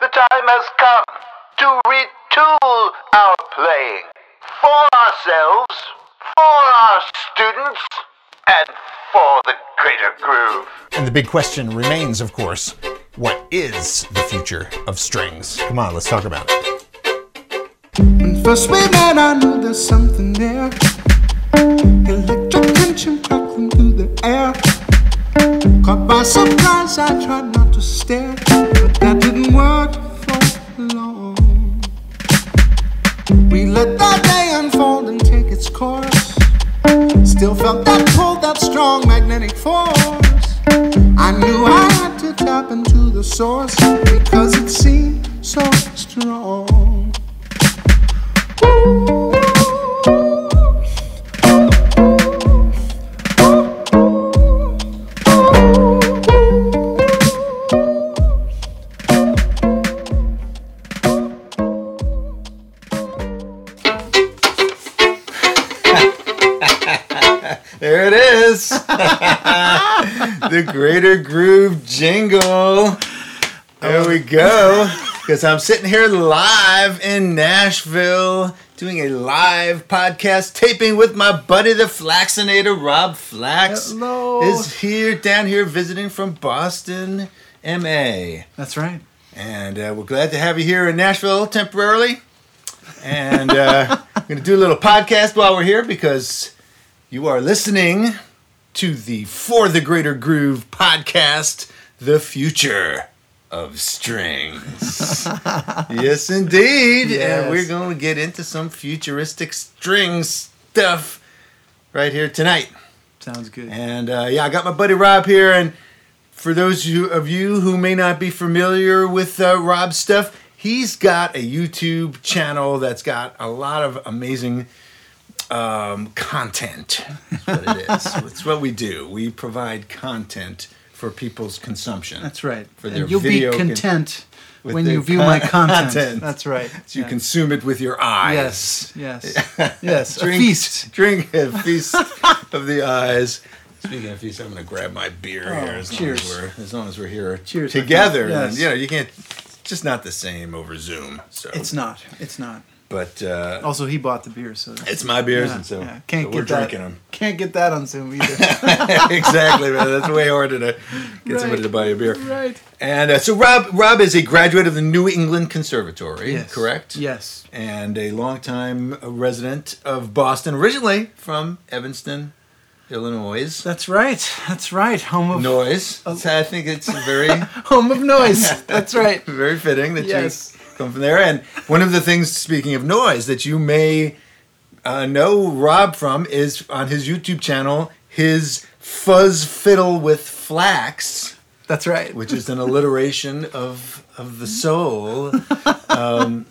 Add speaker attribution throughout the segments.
Speaker 1: time has come to retool our playing for ourselves, for our students, and for the greater groove.
Speaker 2: And the big question remains, of course, what is the future of strings? Come on, let's talk about it.
Speaker 3: When first we met, I knew there's something there. Electric tension crackling through the air. Caught by surprise, I tried not to stare, but that didn't work for long. We let that day unfold and take its course. Still felt that pull, that strong magnetic force. I knew I had to tap into the source because it seemed so strong.
Speaker 4: There it is. the Greater Groove jingle. There we go. Because I'm sitting here live in Nashville doing a live podcast taping with my buddy, the Flaxinator, Rob Flax.
Speaker 3: Hello.
Speaker 4: Is here, down here, visiting from Boston, MA.
Speaker 3: That's right.
Speaker 4: And uh, we're glad to have you here in Nashville temporarily. And uh, we're going to do a little podcast while we're here because you are listening to the For the Greater Groove podcast, The Future of Strings. yes, indeed.
Speaker 3: Yes.
Speaker 4: And we're going to get into some futuristic string stuff right here tonight.
Speaker 3: Sounds good.
Speaker 4: And uh, yeah, I got my buddy Rob here. And for those who, of you who may not be familiar with uh, Rob's stuff, he's got a YouTube channel that's got a lot of amazing um, content. That's what it is. it's what we do. We provide content for people's consumption.
Speaker 3: That's right.
Speaker 4: For
Speaker 3: and
Speaker 4: their
Speaker 3: you'll
Speaker 4: video
Speaker 3: be
Speaker 4: con-
Speaker 3: content
Speaker 4: with
Speaker 3: when
Speaker 4: their
Speaker 3: you view my content.
Speaker 4: content.
Speaker 3: That's right.
Speaker 4: So you
Speaker 3: Yeah.
Speaker 4: consume it with your eyes.
Speaker 3: Yes. Yes. yes. A
Speaker 4: Drink-
Speaker 3: feast.
Speaker 4: Drink a feast of the eyes. Speaking of feast, I'm going to grab my beer here. As
Speaker 3: Oh, cheers.
Speaker 4: Long as, we're, as long as we're here
Speaker 3: Cheers, my
Speaker 4: together.
Speaker 3: friend.
Speaker 4: And,
Speaker 3: Yes.
Speaker 4: you know, you can't. It's just not the same over Zoom. So,
Speaker 3: It's not. It's not.
Speaker 4: but uh,
Speaker 3: Also, he bought the beer, so
Speaker 4: it's my beers,
Speaker 3: Yeah,
Speaker 4: and so,
Speaker 3: yeah. can't
Speaker 4: so
Speaker 3: get
Speaker 4: we're
Speaker 3: that.
Speaker 4: drinking them.
Speaker 3: Can't get that on Zoom either.
Speaker 4: exactly, man. That's way harder to get somebody
Speaker 3: Right.
Speaker 4: to buy you a beer.
Speaker 3: right.
Speaker 4: And uh, so Rob, Rob is a graduate of the New England Conservatory,
Speaker 3: Yes.
Speaker 4: correct?
Speaker 3: Yes.
Speaker 4: and a longtime resident of Boston, originally from Evanston, Illinois.
Speaker 3: That's right. That's right. Home of
Speaker 4: Noise. So I think it's very,
Speaker 3: home of noise. That's right.
Speaker 4: very fitting that
Speaker 3: Yes.
Speaker 4: you come from there. And one of the things, speaking of noise, that you may uh, know Rob from is on his YouTube channel, his Fuzz Fiddle with Flax,
Speaker 3: That's right.
Speaker 4: which is an alliteration of of the soul. Um,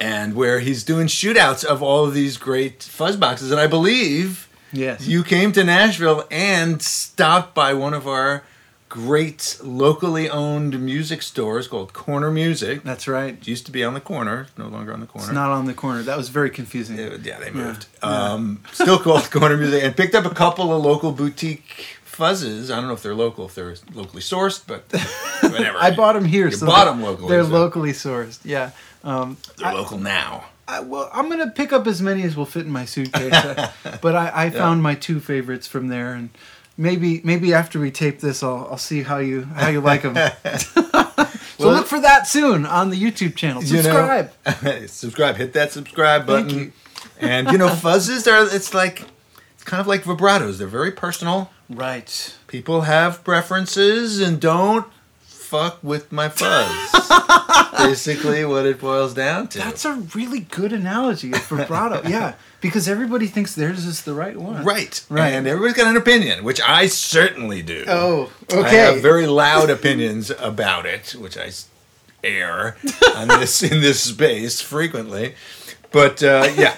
Speaker 4: and where he's doing shootouts of all of these great fuzz boxes. And I believe
Speaker 3: Yes.
Speaker 4: you came to Nashville and stopped by one of our great locally owned music stores called Corner Music.
Speaker 3: That's right.
Speaker 4: It used to be on the corner, no longer on the corner.
Speaker 3: It's not on the corner. That was very confusing.
Speaker 4: Uh, yeah, they moved. Um, still called Corner Music and picked up a couple of local boutique fuzzes. I don't know if they're local, if they're locally sourced, but whatever.
Speaker 3: I bought them here.
Speaker 4: You bought 'em
Speaker 3: they're-
Speaker 4: locally,
Speaker 3: They're
Speaker 4: so-
Speaker 3: locally sourced. Yeah. Um,
Speaker 4: They're local now.
Speaker 3: I, well, I'm gonna pick up as many as will fit in my suitcase. I- but I, I found my two favorites from there, and maybe maybe after we tape this, I'll I'll see how you how you like them. so
Speaker 4: Well-
Speaker 3: look for that soon on the YouTube channel.
Speaker 4: You know-
Speaker 3: Subscribe.
Speaker 4: subscribe. Hit that subscribe button.
Speaker 3: you.
Speaker 4: And you know, fuzzes are. It's like it's kind of like vibratos. They're very personal.
Speaker 3: Right.
Speaker 4: people have preferences and don't fuck with my fuzz. Basically, what it boils down to.
Speaker 3: That's a really good analogy of vibrato. yeah, because everybody thinks theirs is the right one.
Speaker 4: right,
Speaker 3: Right.
Speaker 4: And everybody's got an opinion, which I certainly do.
Speaker 3: Oh,
Speaker 4: I
Speaker 3: okay.
Speaker 4: have very loud opinions about it, which I s- air on this in this space frequently. But uh, yeah,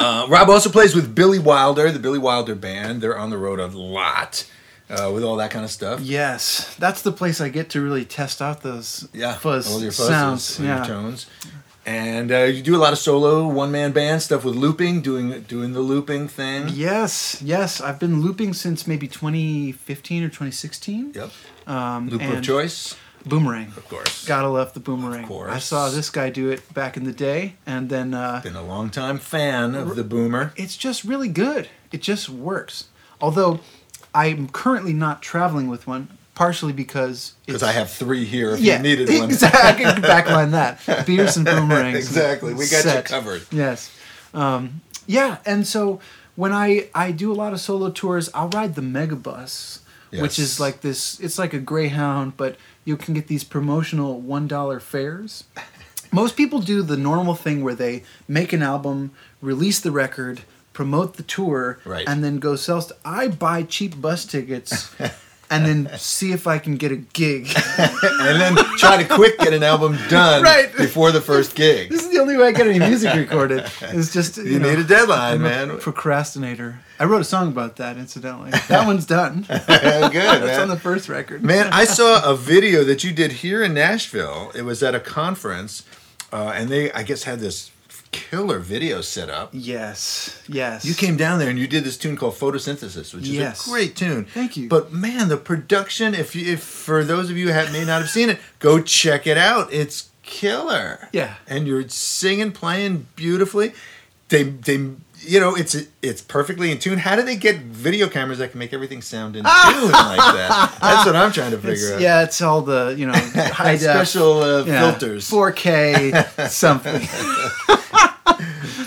Speaker 4: uh, Rob also plays with Billy Wilder, the Billy Wilder band. They're on the road a lot uh, with all that kind of stuff.
Speaker 3: Yes, that's the place I get to really test out those
Speaker 4: yeah,
Speaker 3: fuzz
Speaker 4: all your fuzzes
Speaker 3: sounds.
Speaker 4: and your
Speaker 3: Yeah.
Speaker 4: tones. And uh, you do a lot of solo, one man band stuff with looping, doing doing the looping thing.
Speaker 3: Yes, yes. I've been looping since maybe 2015 or 2016.
Speaker 4: Yep.
Speaker 3: Um,
Speaker 4: Looper of
Speaker 3: and
Speaker 4: choice.
Speaker 3: Boomerang.
Speaker 4: of course.
Speaker 3: Gotta love the boomerang.
Speaker 4: course.
Speaker 3: I saw this guy do it back in the day, and then uh,
Speaker 4: Been a longtime fan of the Boomer.
Speaker 3: it's just really good. It just works. Although I'm currently not traveling with one, partially because
Speaker 4: Because
Speaker 3: it's-
Speaker 4: I have three here if
Speaker 3: yeah,
Speaker 4: you needed one.
Speaker 3: Exactly. I can backline that. Beers and boomerangs.
Speaker 4: Exactly. We got you covered.
Speaker 3: Yes. Um, yeah, and so when I I do a lot of solo tours, I'll ride the megabus, which
Speaker 4: Yes.
Speaker 3: is like this. It's like a Greyhound, but you can get these promotional one dollar fares. Most people do the normal thing where they make an album, release the record, promote the tour,
Speaker 4: Right.
Speaker 3: and then go sell. St- I buy cheap bus tickets. And then see if I can get a gig.
Speaker 4: and then try to quick get an album done
Speaker 3: Right.
Speaker 4: before the first gig.
Speaker 3: This is the only way I get any music recorded. Is just you,
Speaker 4: You
Speaker 3: know,
Speaker 4: need a deadline,
Speaker 3: I'm a
Speaker 4: man.
Speaker 3: procrastinator. I wrote a song about that, incidentally. That one's done. That's
Speaker 4: Good,
Speaker 3: on
Speaker 4: man.
Speaker 3: the first record.
Speaker 4: Man, I saw a video that you did here in Nashville. It was at a conference, uh, and they, I guess, had this killer video set up.
Speaker 3: Yes. Yes.
Speaker 4: You came down there and you did this tune called Photosynthesis, which is
Speaker 3: Yes.
Speaker 4: a great tune.
Speaker 3: Thank you.
Speaker 4: But man, the production, if you, if for those of you who may not have seen it, go check it out. It's killer.
Speaker 3: Yeah.
Speaker 4: And you're singing, playing beautifully. They they you know, it's it's perfectly in tune. How do they get video cameras that can make everything sound in tune like that? That's what I'm trying to figure
Speaker 3: It's-
Speaker 4: out.
Speaker 3: yeah, it's all the you know high def,
Speaker 4: special uh,
Speaker 3: yeah,
Speaker 4: filters.
Speaker 3: 4K something.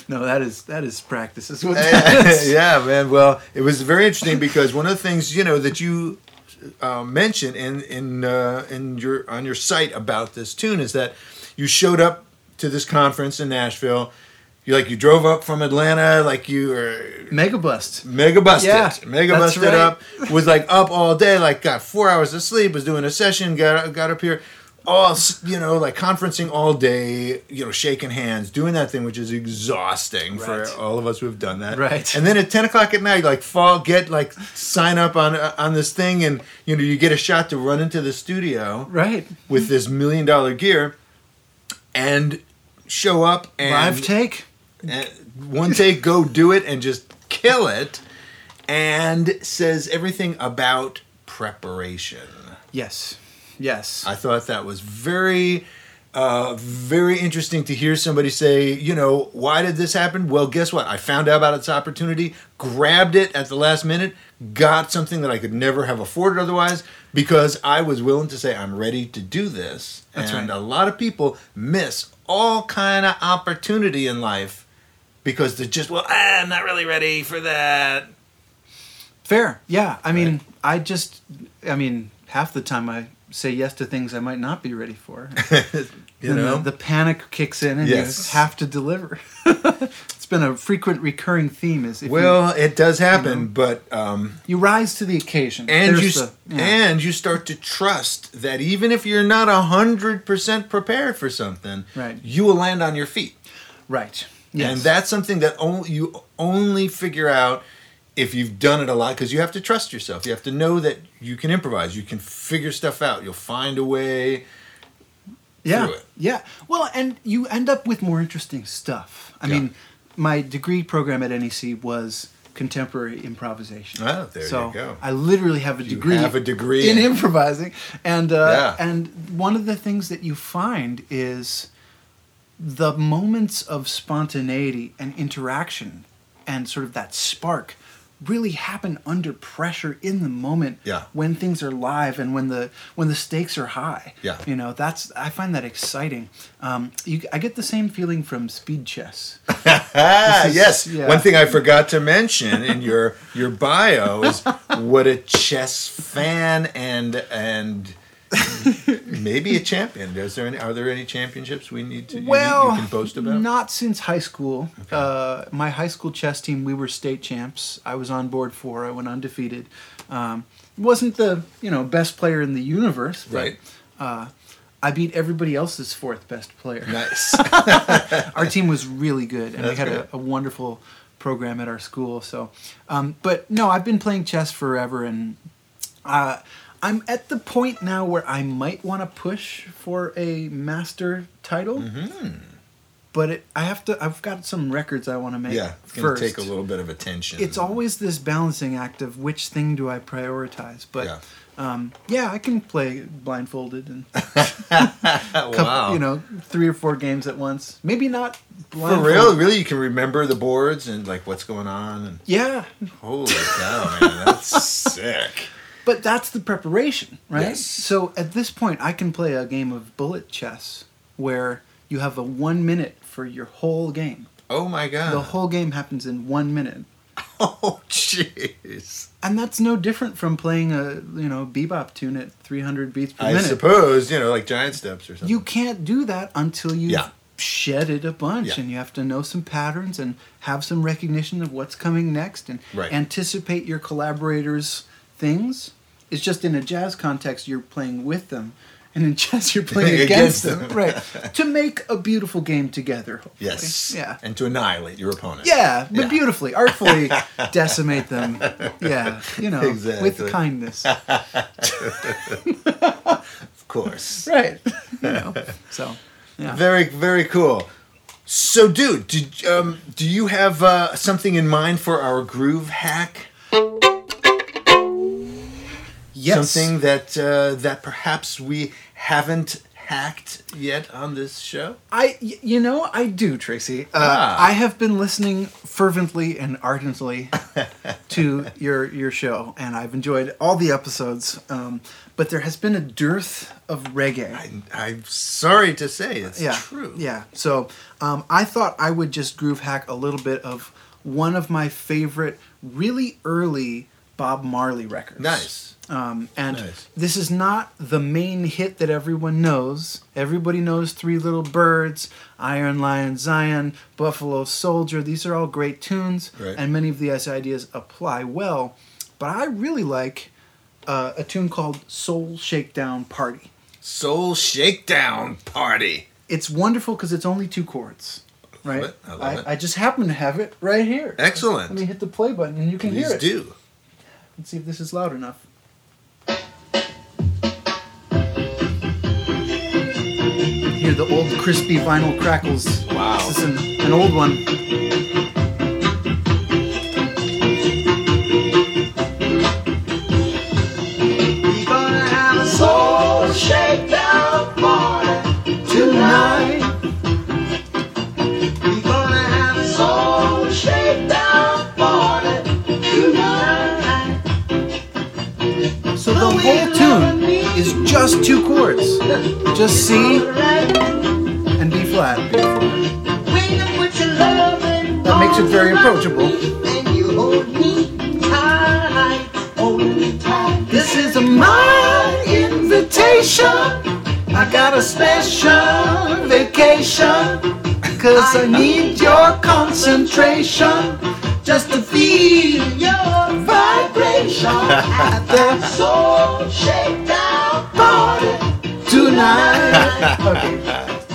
Speaker 3: no, that is that is practice. Is what that is.
Speaker 4: yeah, man. Well, it was very interesting because one of the things you know that you uh, mentioned in in uh, in your on your site about this tune is that you showed up to this conference in Nashville. You like you drove up from Atlanta, like you were
Speaker 3: Mega bust.
Speaker 4: mega busted,
Speaker 3: Yeah,
Speaker 4: mega
Speaker 3: that's
Speaker 4: busted
Speaker 3: right.
Speaker 4: up. Was like up all day, like got four hours of sleep. Was doing a session, got got up here. All s- you know, like conferencing all day, you know, shaking hands, doing that thing, which is exhausting
Speaker 3: Right.
Speaker 4: for all of us who have done that.
Speaker 3: Right.
Speaker 4: And then at ten o'clock at night, like fall, get like sign up on uh, on this thing, and you know, you get a shot to run into the studio
Speaker 3: Right.
Speaker 4: with this million dollar gear, and show up and
Speaker 3: Live take.
Speaker 4: uh, one take go do it and just kill it and says everything about preparation
Speaker 3: Yes. Yes.
Speaker 4: i thought that was very uh, very interesting to hear somebody say you know why did this happen well guess what i found out about its opportunity grabbed it at the last minute got something that i could never have afforded otherwise because i was willing to say i'm ready to do this
Speaker 3: That's
Speaker 4: and
Speaker 3: right.
Speaker 4: a lot of people miss all kind of opportunity in life because they're just well ah, i'm not really ready for that
Speaker 3: Fair. Yeah. I mean, I just, I mean, half the time I say yes to things I might not be ready for. And
Speaker 4: you
Speaker 3: the-
Speaker 4: know
Speaker 3: Mm-hmm. the, panic kicks in and you
Speaker 4: Yes.
Speaker 3: just have to deliver. it's been a frequent recurring theme is if
Speaker 4: well it does happen
Speaker 3: Mm-hmm.
Speaker 4: but um,
Speaker 3: you, you rise to the occasion.
Speaker 4: and
Speaker 3: There's
Speaker 4: you
Speaker 3: the- yeah.
Speaker 4: and you start to trust that even if you're not hundred percent prepared for something,
Speaker 3: Right.
Speaker 4: you will land on your feet.
Speaker 3: right.
Speaker 4: And that's something that only you only figure out if you've done it a lot because you have to trust yourself. You have to know that you can improvise. You can figure stuff out. You'll find a way.
Speaker 3: yeah,
Speaker 4: through it.
Speaker 3: Yeah. Well, and you end up with more interesting stuff. I
Speaker 4: Yeah.
Speaker 3: mean, my degree program at NEC was contemporary improvisation.
Speaker 4: Oh, there you
Speaker 3: so
Speaker 4: go.
Speaker 3: I literally have a degree.
Speaker 4: have a degree
Speaker 3: in
Speaker 4: in-
Speaker 3: improvising, and uh,
Speaker 4: Yeah.
Speaker 3: and one of the things that you find is the moments of spontaneity and interaction and sort of that spark really happen under pressure in the moment
Speaker 4: Yeah.
Speaker 3: when things are live and when the when the stakes are high
Speaker 4: Yeah.
Speaker 3: you know that's i find that exciting um, you, i get the same feeling from speed chess
Speaker 4: Ah,
Speaker 3: This is-
Speaker 4: yes.
Speaker 3: yeah.
Speaker 4: One thing I forgot to mention in your your bio is what a chess fan and and maybe a champion. Is there any? Are there any championships we need to you need- you,
Speaker 3: well
Speaker 4: can boast about?
Speaker 3: not since high school uh, my high school chess team we were state champs i was on board for i went undefeated um, wasn't the you know best player in the universe but uh,
Speaker 4: right.
Speaker 3: i beat everybody else's fourth best player
Speaker 4: Nice.
Speaker 3: our team was really good, and we
Speaker 4: That's
Speaker 3: had
Speaker 4: great.
Speaker 3: a, a wonderful program at our school. So, um, but no, I've been playing chess forever, and uh, I'm at the point
Speaker 4: Mm-hmm.
Speaker 3: now where I might want to push for a master title. but it, I have to. I've got some records I want to make.
Speaker 4: Yeah, it's gonna
Speaker 3: first.
Speaker 4: take a little bit of attention.
Speaker 3: It's always this balancing act of which thing do I prioritize. But
Speaker 4: Yeah.
Speaker 3: yeah, um, yeah I can play blindfolded and
Speaker 4: Oh,
Speaker 3: couple,
Speaker 4: wow.
Speaker 3: you know three or four games at once. Maybe not
Speaker 4: For
Speaker 3: blindfolded.
Speaker 4: real, really, you can remember the boards and like what's going on. And
Speaker 3: Yeah,
Speaker 4: holy cow, man, that's sick.
Speaker 3: but that's the preparation, right?
Speaker 4: Yes.
Speaker 3: So at this point, I can play a game of bullet chess where you have a one minute for your whole game.
Speaker 4: Oh my god.
Speaker 3: The whole game happens in one minute.
Speaker 4: oh jeez.
Speaker 3: And that's no different from playing a you know bebop tune at 300 beats per
Speaker 4: I
Speaker 3: minute.
Speaker 4: suppose you know, like giant steps or something.
Speaker 3: You can't do that until you've
Speaker 4: Yeah.
Speaker 3: shed it a bunch,
Speaker 4: Yeah.
Speaker 3: and you have to know some patterns and have some recognition of what's coming next, and
Speaker 4: Right.
Speaker 3: anticipate your collaborators' things. It's just in a jazz context, you're playing with them, and in chess, you're playing against,
Speaker 4: Against
Speaker 3: them,
Speaker 4: them.
Speaker 3: right? to make a beautiful game together. Hopefully.
Speaker 4: yes.
Speaker 3: Yeah.
Speaker 4: And to annihilate your opponent.
Speaker 3: Yeah, but
Speaker 4: Yeah.
Speaker 3: beautifully, artfully decimate them. Yeah, you know,
Speaker 4: Exactly.
Speaker 3: with kindness.
Speaker 4: Of course.
Speaker 3: right. You know, so, yeah.
Speaker 4: Very, very cool. So, dude, did, um, do you have uh, something in mind for our groove hack?
Speaker 3: Yes.
Speaker 4: Something that uh, that perhaps we haven't hacked yet on this show.
Speaker 3: I, y- you know, I do, Tracy. Uh,
Speaker 4: Ah.
Speaker 3: I have been listening fervently and ardently to your your show, and I've enjoyed all the episodes. Um, but there has been a dearth of reggae.
Speaker 4: I, I'm sorry to say, it's
Speaker 3: yeah,
Speaker 4: true.
Speaker 3: Yeah. So um, I thought I would just groove hack a little bit of one of my favorite, really early Bob Marley records.
Speaker 4: Nice.
Speaker 3: Um, and
Speaker 4: Nice.
Speaker 3: this is not the main hit that everyone knows. Everybody knows Three Little Birds, Iron Lion Zion, Buffalo Soldier. These are all great tunes,
Speaker 4: Right.
Speaker 3: and many of these ideas apply well. But I really like uh, a tune called Soul Shakedown Party.
Speaker 4: Soul Shakedown Party.
Speaker 3: It's wonderful because it's only two chords, right?
Speaker 4: it. I love it.
Speaker 3: I just happen to have it right here.
Speaker 4: Excellent.
Speaker 3: Let me hit the play button and you can
Speaker 4: Please
Speaker 3: hear it.
Speaker 4: do.
Speaker 3: Let's see if this is loud enough. Hear the old crispy vinyl crackles.
Speaker 4: Wow.
Speaker 3: This is an, an old one. Tonight, so the whole tune is just two chords, just C and B flat.
Speaker 5: That
Speaker 3: That makes it very approachable.
Speaker 5: And you hold me tight, hold me tight.
Speaker 3: This is my invitation. I got a special vacation. Cause I need your concentration just to feel
Speaker 5: Your
Speaker 3: vibration
Speaker 5: at
Speaker 3: the
Speaker 5: soul shakedown party.
Speaker 3: tonight. Okay.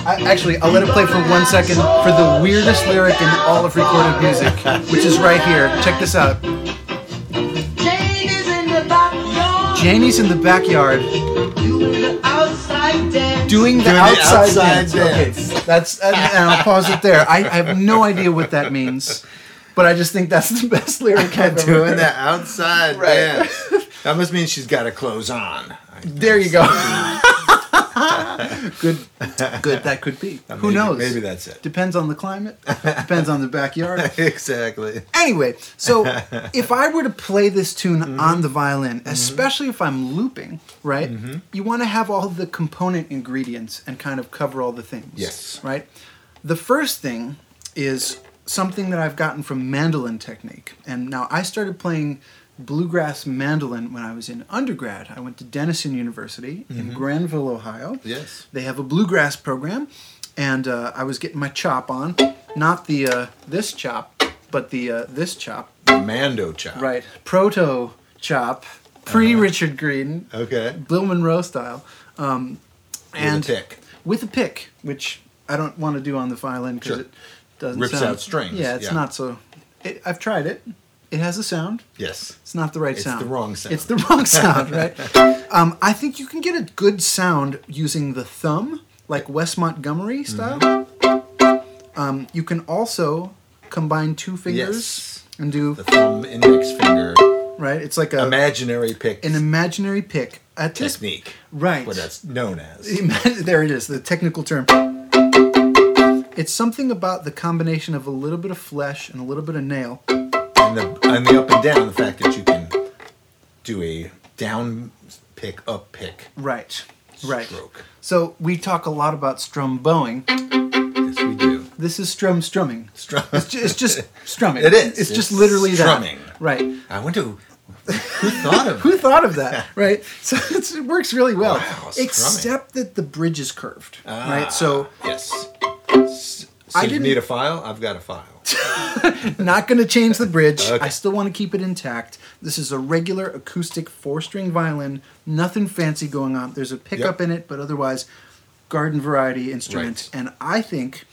Speaker 3: I, actually, I'll let it play for one second for the weirdest lyric in all of recorded music, which is right here. Check this out.
Speaker 5: Jane is in the backyard.
Speaker 3: Janie's in the backyard
Speaker 5: Doing the outside dance.
Speaker 3: doing the
Speaker 4: Doing the
Speaker 3: outside,
Speaker 4: outside
Speaker 3: dance.
Speaker 4: dance.
Speaker 3: Okay, that's and, and I'll pause it there. I, I have no idea what that means, but I just think that's the best lyric I've ever
Speaker 4: Doing
Speaker 3: heard.
Speaker 4: the outside
Speaker 3: Right.
Speaker 4: dance. That must mean she's got her clothes on. I-
Speaker 3: There you go. good, good. That could be. Who
Speaker 4: maybe-
Speaker 3: knows?
Speaker 4: Maybe that's it.
Speaker 3: depends on the climate. Depends on the backyard.
Speaker 4: exactly.
Speaker 3: Anyway, so if I were to play this tune on the violin, especially if I'm looping, right? You want to have all the component ingredients and kind of cover all the things.
Speaker 4: Yes.
Speaker 3: Right? The first thing is something that I've gotten from mandolin technique. And now I started playing bluegrass mandolin when I was in undergrad. I went to Denison University in Granville, Ohio.
Speaker 4: Yes.
Speaker 3: They have a bluegrass program, and uh, I was getting my chop on, not the uh, this chop, but the uh, this chop.
Speaker 4: The Mando chop.
Speaker 3: Right, proto chop, pre Richard Green,
Speaker 4: Uh-huh. Okay.
Speaker 3: Bill Monroe style, um, and
Speaker 4: with a pick.
Speaker 3: with a pick, which I don't want to do on the violin because
Speaker 4: Sure.
Speaker 3: it doesn't
Speaker 4: Rips
Speaker 3: sound-
Speaker 4: out strings,
Speaker 3: Yeah, it's
Speaker 4: yeah.
Speaker 3: not so. It, I've tried it. It has a sound.
Speaker 4: Yes.
Speaker 3: It's not the right
Speaker 4: It's
Speaker 3: sound.
Speaker 4: the wrong sound.
Speaker 3: It's the wrong sound, right? um, I think you can get a
Speaker 4: Mm-hmm.
Speaker 3: good sound using the thumb, like West Montgomery style. Um, you can also combine two fingers
Speaker 4: Yes.
Speaker 3: and do
Speaker 4: The thumb index finger.
Speaker 3: right. It's like a
Speaker 4: Imaginary pick
Speaker 3: an imaginary pick at this
Speaker 4: technique.
Speaker 3: right.
Speaker 4: What that's known as.
Speaker 3: Ima- there it is, the technical term. It's something about the combination of a little bit of flesh and a little bit of nail.
Speaker 4: And the, and the up and down, the fact that you can do a down pick, up pick
Speaker 3: Right. Right.
Speaker 4: stroke.
Speaker 3: So we talk a lot about strum bowing.
Speaker 4: Yes, we do.
Speaker 3: This is strum strumming.
Speaker 4: Strum.
Speaker 3: It's just, it's just strumming.
Speaker 4: It is.
Speaker 3: It's,
Speaker 4: It's
Speaker 3: just literally
Speaker 4: strumming.
Speaker 3: that. Right.
Speaker 4: I wonder who who thought of
Speaker 3: Who thought of that? Right. So it's, it works really well.
Speaker 4: Wow, strumming.
Speaker 3: Except that the bridge is curved.
Speaker 4: Ah,
Speaker 3: Right. So
Speaker 4: yes. So
Speaker 3: I
Speaker 4: I you
Speaker 3: didn't-
Speaker 4: need a file? I've got a file.
Speaker 3: Not going to change the bridge.
Speaker 4: Okay.
Speaker 3: I still want to keep it intact. This is a regular acoustic four string violin. Nothing fancy going on. There's a pickup
Speaker 4: Yep.
Speaker 3: in it, but otherwise, garden variety instrument.
Speaker 4: Right.
Speaker 3: And I think,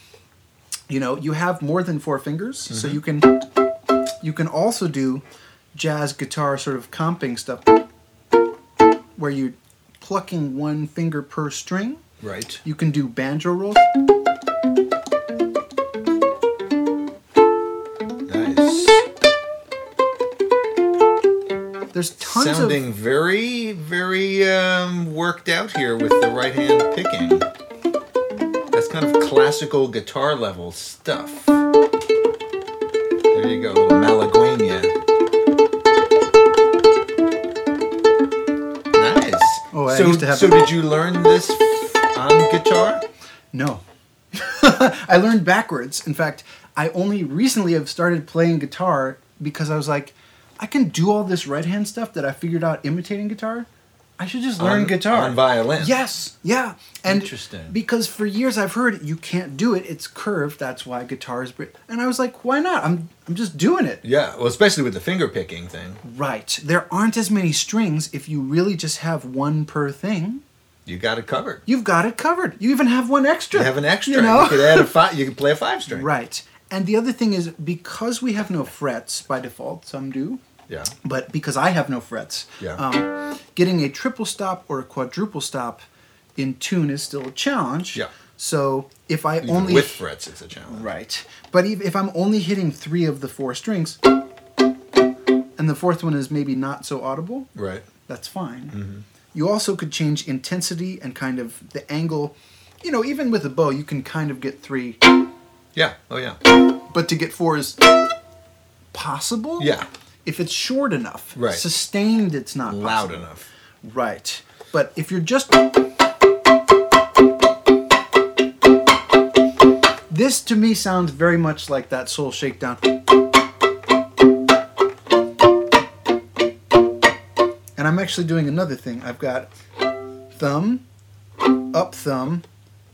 Speaker 3: you know, you have more than four fingers, so
Speaker 4: Mm-hmm.
Speaker 3: you can you can also do jazz guitar sort of comping stuff, where you're plucking one finger per string.
Speaker 4: Right.
Speaker 3: You can do banjo rolls.
Speaker 4: Nice.
Speaker 3: There's tons
Speaker 4: Sounding
Speaker 3: of
Speaker 4: very, very um, worked out here with the right hand picking. That's kind of classical guitar level stuff. There you go, little Malaguena. Nice.
Speaker 3: Oh, I
Speaker 4: so,
Speaker 3: used to have-
Speaker 4: so did you learn this on guitar?
Speaker 3: No. I learned backwards. In fact, I only recently have started playing guitar because I was like, I can do all this right hand stuff that I figured out imitating guitar. I should just learn
Speaker 4: On-
Speaker 3: guitar.
Speaker 4: on violin.
Speaker 3: Yes. Yeah. And
Speaker 4: Interesting.
Speaker 3: Because for years I've heard you can't do it. It's curved. That's why guitar is. Br-. And I was like, why not? I'm I'm just doing it.
Speaker 4: Yeah, well, especially with the finger picking thing.
Speaker 3: Right. There aren't as many strings if you really just have one per thing.
Speaker 4: You got it covered.
Speaker 3: You've got it covered. You even have one extra.
Speaker 4: You have an extra.
Speaker 3: You know?
Speaker 4: you could add a five. You could play a five string.
Speaker 3: Right. And the other thing is because we have no frets by default, some do,
Speaker 4: Yeah.
Speaker 3: but because I have no frets,
Speaker 4: Yeah.
Speaker 3: um, getting a triple stop or a quadruple stop in tune is still a challenge.
Speaker 4: Yeah.
Speaker 3: So if I
Speaker 4: Even
Speaker 3: only
Speaker 4: with frets, it's a challenge.
Speaker 3: right, but if, if I'm only hitting three of the four strings, and the fourth one is maybe not so audible,
Speaker 4: Right.
Speaker 3: that's fine.
Speaker 4: Mm-hmm.
Speaker 3: You also could change intensity and kind of the angle. You know, even with a bow, you can kind of get three
Speaker 4: Yeah. Oh yeah.
Speaker 3: but to get four is possible.
Speaker 4: Yeah.
Speaker 3: If it's short enough.
Speaker 4: Right.
Speaker 3: Sustained, it's not
Speaker 4: Loud
Speaker 3: possible.
Speaker 4: enough.
Speaker 3: Right. But if you're just. This to me sounds very much like that soul shakedown. And I'm actually doing another thing. I've got thumb, up thumb,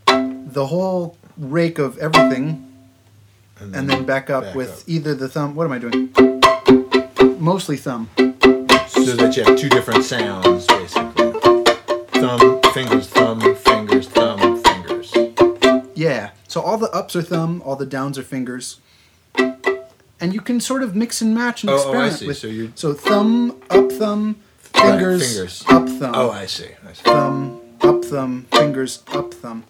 Speaker 3: the whole rake of everything, and then, back up
Speaker 4: Mm-hmm. back
Speaker 3: with
Speaker 4: up.
Speaker 3: either the thumb. What am I doing? Mostly thumb.
Speaker 4: So that you have two different sounds, basically. Thumb, fingers, thumb, fingers, thumb, fingers.
Speaker 3: Yeah. So all the ups are thumb, all the downs are fingers. And you can sort of mix and match and
Speaker 4: Oh, oh, I
Speaker 3: experiment
Speaker 4: see.
Speaker 3: with.
Speaker 4: So you-
Speaker 3: thumb, up thumb, fingers,
Speaker 4: Right, fingers.
Speaker 3: up thumb,
Speaker 4: Oh, I see. I see.
Speaker 3: thumb, up thumb, fingers, up thumb.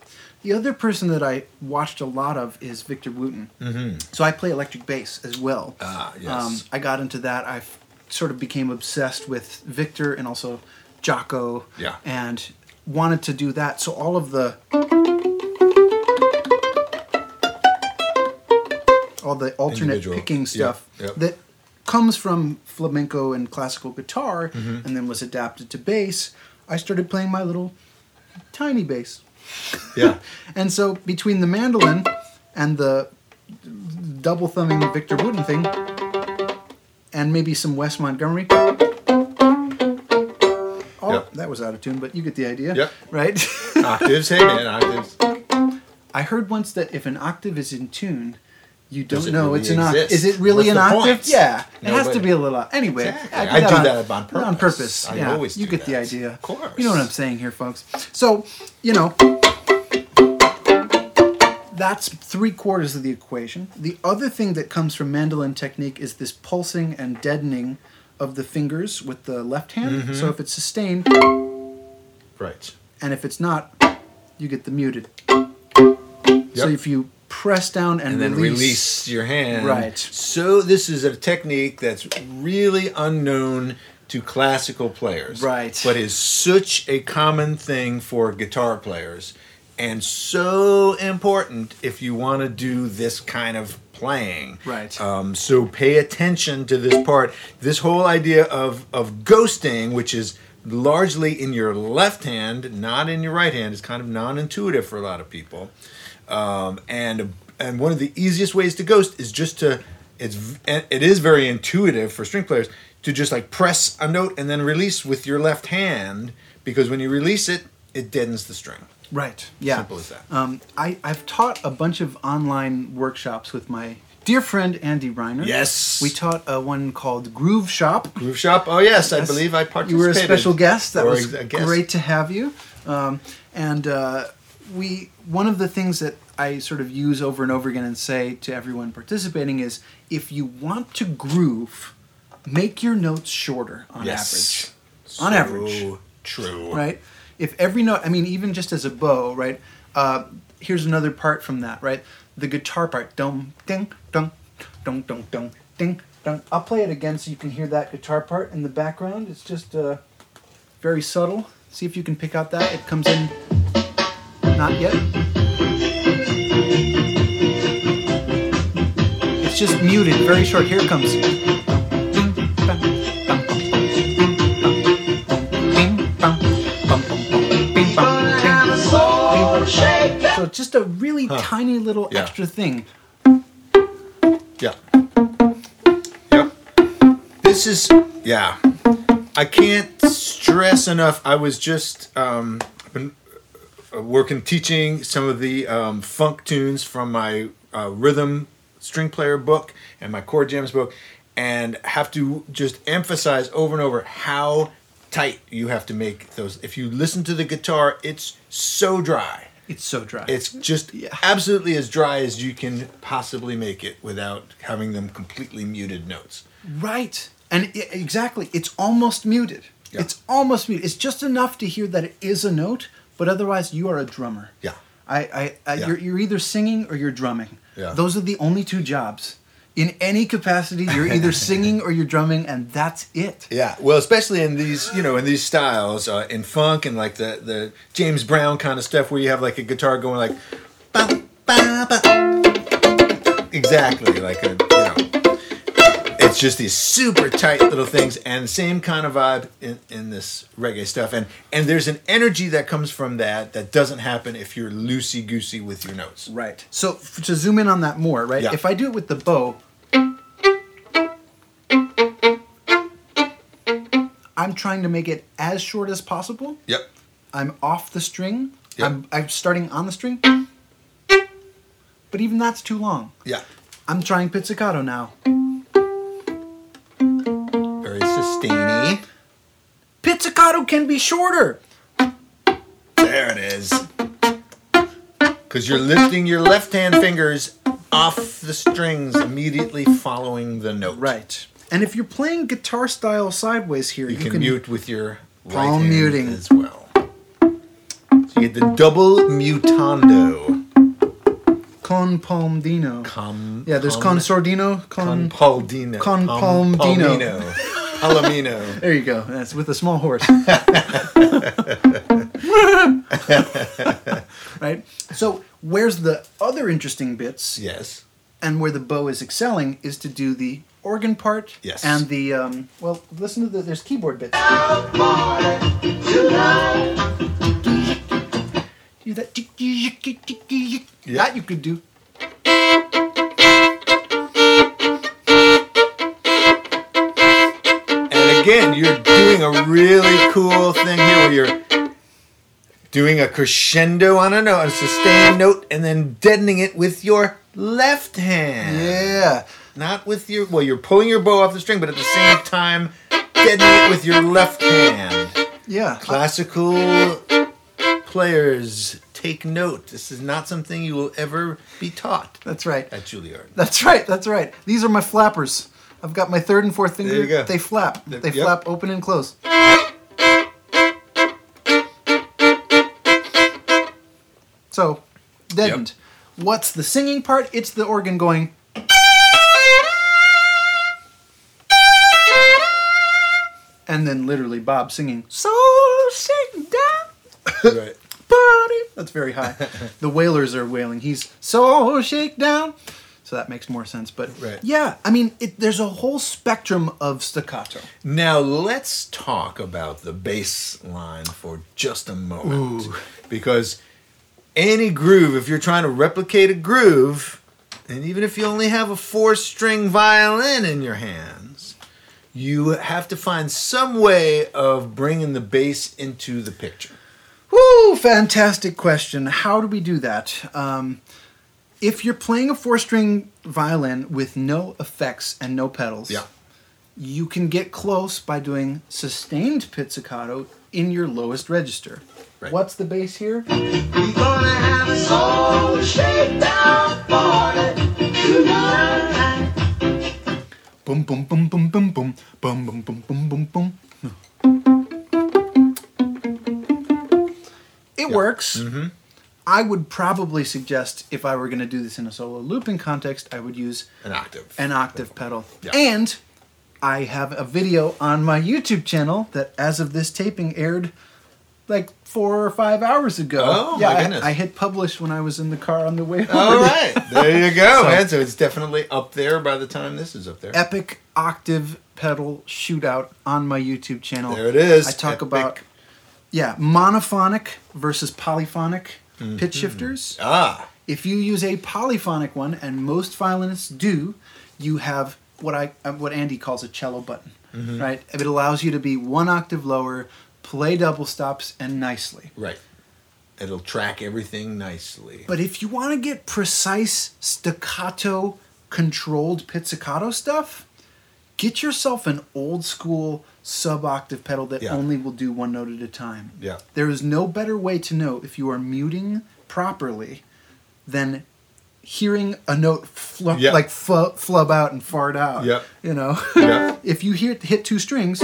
Speaker 3: The other person that I watched a lot of is Victor Wooten. Mm-hmm. So I play electric bass as well. Um,
Speaker 4: Ah, yes.
Speaker 3: I got into that. I f- sort of became obsessed with Victor and also Jocko.
Speaker 4: Yeah.
Speaker 3: And wanted to do that. So all of the all the alternate
Speaker 4: Individual.
Speaker 3: picking stuff
Speaker 4: Yep, yep.
Speaker 3: that comes from flamenco and classical guitar
Speaker 4: Mm-hmm.
Speaker 3: and then was adapted to bass. I started playing my little tiny bass.
Speaker 4: Yeah.
Speaker 3: And so between the mandolin and the double thumbing Victor Wooten thing, and maybe some Wes Montgomery. Oh,
Speaker 4: Yep.
Speaker 3: that was out of tune, but you get the idea,
Speaker 4: Yep.
Speaker 3: right?
Speaker 4: Octaves, hey man, octaves.
Speaker 3: I heard once that if an octave is in tune, you
Speaker 4: Does
Speaker 3: don't
Speaker 4: it
Speaker 3: know
Speaker 4: really
Speaker 3: it's an octave.
Speaker 4: exist?
Speaker 3: Is it really
Speaker 4: What's
Speaker 3: an
Speaker 4: the
Speaker 3: octave?
Speaker 4: point?
Speaker 3: Yeah, it has to
Speaker 4: Nobody-
Speaker 3: be a little. Anyway,
Speaker 4: Exactly. I do that on
Speaker 3: On
Speaker 4: purpose.
Speaker 3: purpose.
Speaker 4: I
Speaker 3: yeah.
Speaker 4: always
Speaker 3: you
Speaker 4: do
Speaker 3: get the
Speaker 4: that.
Speaker 3: idea.
Speaker 4: Of course.
Speaker 3: You know what I'm saying here, folks. So, you know, that's three quarters of the equation. The other thing that comes from mandolin technique is this pulsing and deadening of the fingers with the left hand.
Speaker 4: Mm-hmm.
Speaker 3: So if it's sustained,
Speaker 4: Right.
Speaker 3: and if it's not, you get the muted. So
Speaker 4: Yep.
Speaker 3: if you press down and,
Speaker 4: and then
Speaker 3: release.
Speaker 4: release. your hand.
Speaker 3: Right.
Speaker 4: So this is a technique that's really unknown to classical players.
Speaker 3: Right.
Speaker 4: But is such a common thing for guitar players and so important if you want to do this kind of playing.
Speaker 3: Right.
Speaker 4: Um, so pay attention to this part. This whole idea of, of ghosting, which is largely in your left hand, not in your right hand, is kind of non intuitive for a lot of people um, and and one of the easiest ways to ghost is just to it's v- and it is very intuitive for string players to just like press a note and then release with your left hand because when you release it it deadens the string
Speaker 3: Right. Yeah.
Speaker 4: Simple as that.
Speaker 3: Um, I, I've taught a bunch of online workshops with my dear friend Andy Reiner.
Speaker 4: Yes.
Speaker 3: We taught uh, one called Groove Shop.
Speaker 4: groove shop oh yes, i
Speaker 3: Yes.
Speaker 4: believe i participated
Speaker 3: You were a special guest. That
Speaker 4: Or
Speaker 3: was
Speaker 4: a guest.
Speaker 3: great to have you. Um, and uh, we, one of the things that I sort of use over and over again and say to everyone participating is, if you want to groove, make your notes shorter on
Speaker 4: yes
Speaker 3: average. On
Speaker 4: So
Speaker 3: average
Speaker 4: true
Speaker 3: right? If every note, I mean, even just as a bow, right? Uh, here's another part from that, right? The guitar part, dum ding dum, dum dum dum ding dum. I'll play it again so you can hear that guitar part in the background. It's just uh, very subtle. See if you can pick out that. It comes in. Not yet. It's just muted, very short. Here it comes. So it's just a really tiny little
Speaker 4: Yeah.
Speaker 3: extra thing.
Speaker 4: Yeah. Yep. This is yeah. I can't stress enough. I was just um, been uh, working teaching some of the um, funk tunes from my uh, rhythm string player book and my chord jams book, and have to just emphasize over and over how tight you have to make those. If you listen to the guitar, it's so dry.
Speaker 3: It's so dry.
Speaker 4: It's just
Speaker 3: Yeah.
Speaker 4: absolutely as dry as you can possibly make it without having them completely muted notes.
Speaker 3: Right. And i exactly, it's almost muted.
Speaker 4: Yeah.
Speaker 3: It's almost muted. It's just enough to hear that it is a note, but otherwise you are a drummer.
Speaker 4: Yeah.
Speaker 3: I, I, I
Speaker 4: Yeah.
Speaker 3: You're, you're either singing or you're drumming.
Speaker 4: Yeah.
Speaker 3: Those are the only two jobs. In any capacity, you're either singing or you're drumming, and that's it.
Speaker 4: Yeah, well, especially in these, you know, in these styles, uh, in funk and like the the James Brown kind of stuff, where you have like a guitar going like, ba, ba, ba. exactly like a, you know, it's just these super tight little things, and same kind of vibe in, in this reggae stuff, and and there's an energy that comes from that that doesn't happen if you're loosey goosey with your notes.
Speaker 3: Right. So f- to zoom in on that more, right?
Speaker 4: Yeah.
Speaker 3: If I do it with the bow, I'm trying to make it as short as possible.
Speaker 4: Yep.
Speaker 3: I'm off the string.
Speaker 4: Yep.
Speaker 3: I'm, I'm starting on the string. But even that's too long.
Speaker 4: Yeah.
Speaker 3: I'm trying pizzicato now.
Speaker 4: Very sustainy.
Speaker 3: Pizzicato can be shorter.
Speaker 4: There it is. Because you're lifting your left hand fingers off the strings immediately following the note.
Speaker 3: Right. And if you're playing guitar style sideways here,
Speaker 4: You,
Speaker 3: you,
Speaker 4: can, mute with your right
Speaker 3: Palm
Speaker 4: hand
Speaker 3: muting.
Speaker 4: as well. So you get the double mutando.
Speaker 3: con palm dino.
Speaker 4: Palm-
Speaker 3: yeah, there's con
Speaker 4: palm-
Speaker 3: sordino, con,
Speaker 4: Con Paldino.
Speaker 3: Con
Speaker 4: Palm-
Speaker 3: Palmdino.
Speaker 4: Palmino. Palomino.
Speaker 3: There you go. That's with a small horse. right? So, where's the other interesting bits?
Speaker 4: Yes.
Speaker 3: and where the bow is excelling is to do the organ part
Speaker 4: Yes.
Speaker 3: and the um, well listen to the there's keyboard bits you that that you could do
Speaker 4: And again, you're doing a really cool thing here where you're doing a crescendo on a note, a sustained note, and then deadening it with your left hand.
Speaker 3: yeah
Speaker 4: Not with your well, you're pulling your bow off the string, but at the same time deadening it with your left hand.
Speaker 3: yeah
Speaker 4: Classical players take note. This is not something you will ever be taught
Speaker 3: that's right
Speaker 4: at Juilliard.
Speaker 3: that's right that's right these are my flappers i've got my third and fourth finger
Speaker 4: There you go.
Speaker 3: they flap
Speaker 4: Th-
Speaker 3: they
Speaker 4: yep.
Speaker 3: flap open and close so deadened What's the singing part? It's the organ going. And then literally Bob singing, So sing down,
Speaker 4: Right.
Speaker 3: party. That's very high. the whalers are wailing. He's so shakedown. So that makes more sense. But
Speaker 4: Right.
Speaker 3: yeah, I mean, it, there's a whole spectrum of staccato.
Speaker 4: Now let's talk about the bass line for just a moment. Because any groove, if you're trying to replicate a groove, and even if you only have a four string violin in your hands, you have to find some way of bringing the bass into the picture.
Speaker 3: Woo! Fantastic question. How do we do that? Um, if you're playing a four string violin with no effects and no pedals,
Speaker 4: Yeah.
Speaker 3: you can get close by doing sustained pizzicato in your lowest register.
Speaker 4: Right.
Speaker 3: What's the bass here?
Speaker 5: I'm gonna have a soul shakedown party tonight.
Speaker 3: Boom, boom, boom, boom, boom, boom, boom, boom, boom, boom, boom, boom. It works. I would probably suggest if I were going to do this in a solo looping context, I would use
Speaker 4: An octave.
Speaker 3: an octave pedal.
Speaker 4: Yeah.
Speaker 3: And I have a video on my YouTube channel that, as of this taping, aired like four or five hours ago.
Speaker 4: Oh, my
Speaker 3: yeah, I-
Speaker 4: goodness. Oh.
Speaker 3: I, hit publish when I was in the car on the way home.
Speaker 4: All right, there you go,
Speaker 3: So-
Speaker 4: man. So it's definitely up there by the time this is up there.
Speaker 3: Epic octave pedal shootout on my YouTube channel.
Speaker 4: There it is.
Speaker 3: I talk
Speaker 4: Epic.
Speaker 3: about yeah monophonic versus polyphonic
Speaker 4: Mm-hmm.
Speaker 3: pitch shifters.
Speaker 4: Ah,
Speaker 3: If you use a polyphonic one, and most violinists do, you have what I uh, what Andy calls a cello button, right? It allows you to be one octave lower, play double stops, and nicely.
Speaker 4: right. It'll track everything nicely.
Speaker 3: But if you want to get precise staccato, controlled pizzicato stuff, get yourself an old school sub octave pedal that
Speaker 4: Yeah.
Speaker 3: only will do one note at a time.
Speaker 4: Yeah.
Speaker 3: There is no better way to know if you are muting properly than hearing a note flu-
Speaker 4: Yeah.
Speaker 3: like fu- flub out and fart out.
Speaker 4: Yeah.
Speaker 3: You know,
Speaker 4: Yeah.
Speaker 3: if you hear hit two strings,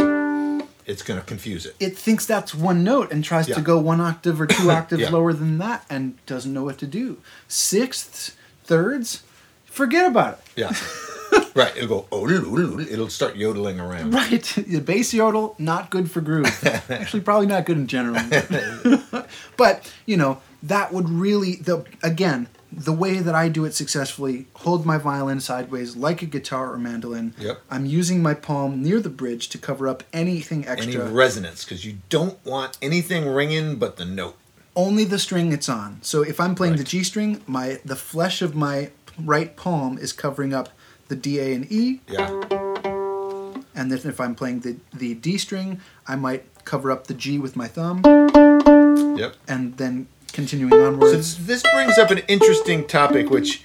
Speaker 4: it's going to confuse it.
Speaker 3: it thinks that's one note and tries
Speaker 4: Yeah.
Speaker 3: to go one octave or two octaves
Speaker 4: Yeah.
Speaker 3: lower than that and doesn't know what to do. Sixths, thirds, forget about it.
Speaker 4: Yeah. right. It'll go, oh, it'll start yodeling around.
Speaker 3: Right, the bass yodel not good for groove. Actually, probably not good in general. but you know that would really the again the way that I do it successfully. Hold my violin sideways like a guitar or mandolin.
Speaker 4: Yep.
Speaker 3: I'm using my palm near the bridge to cover up anything
Speaker 4: Any
Speaker 3: extra.
Speaker 4: resonance, because you don't want anything ringing but the note.
Speaker 3: only the string it's on. So if I'm playing the G string, my the flesh of my right palm is covering up the D, A, and E.
Speaker 4: Yeah.
Speaker 3: And then if I'm playing the, the D string, I might cover up the G with my thumb
Speaker 4: Yep.
Speaker 3: and then continuing onwards.
Speaker 4: So this brings up an interesting topic, which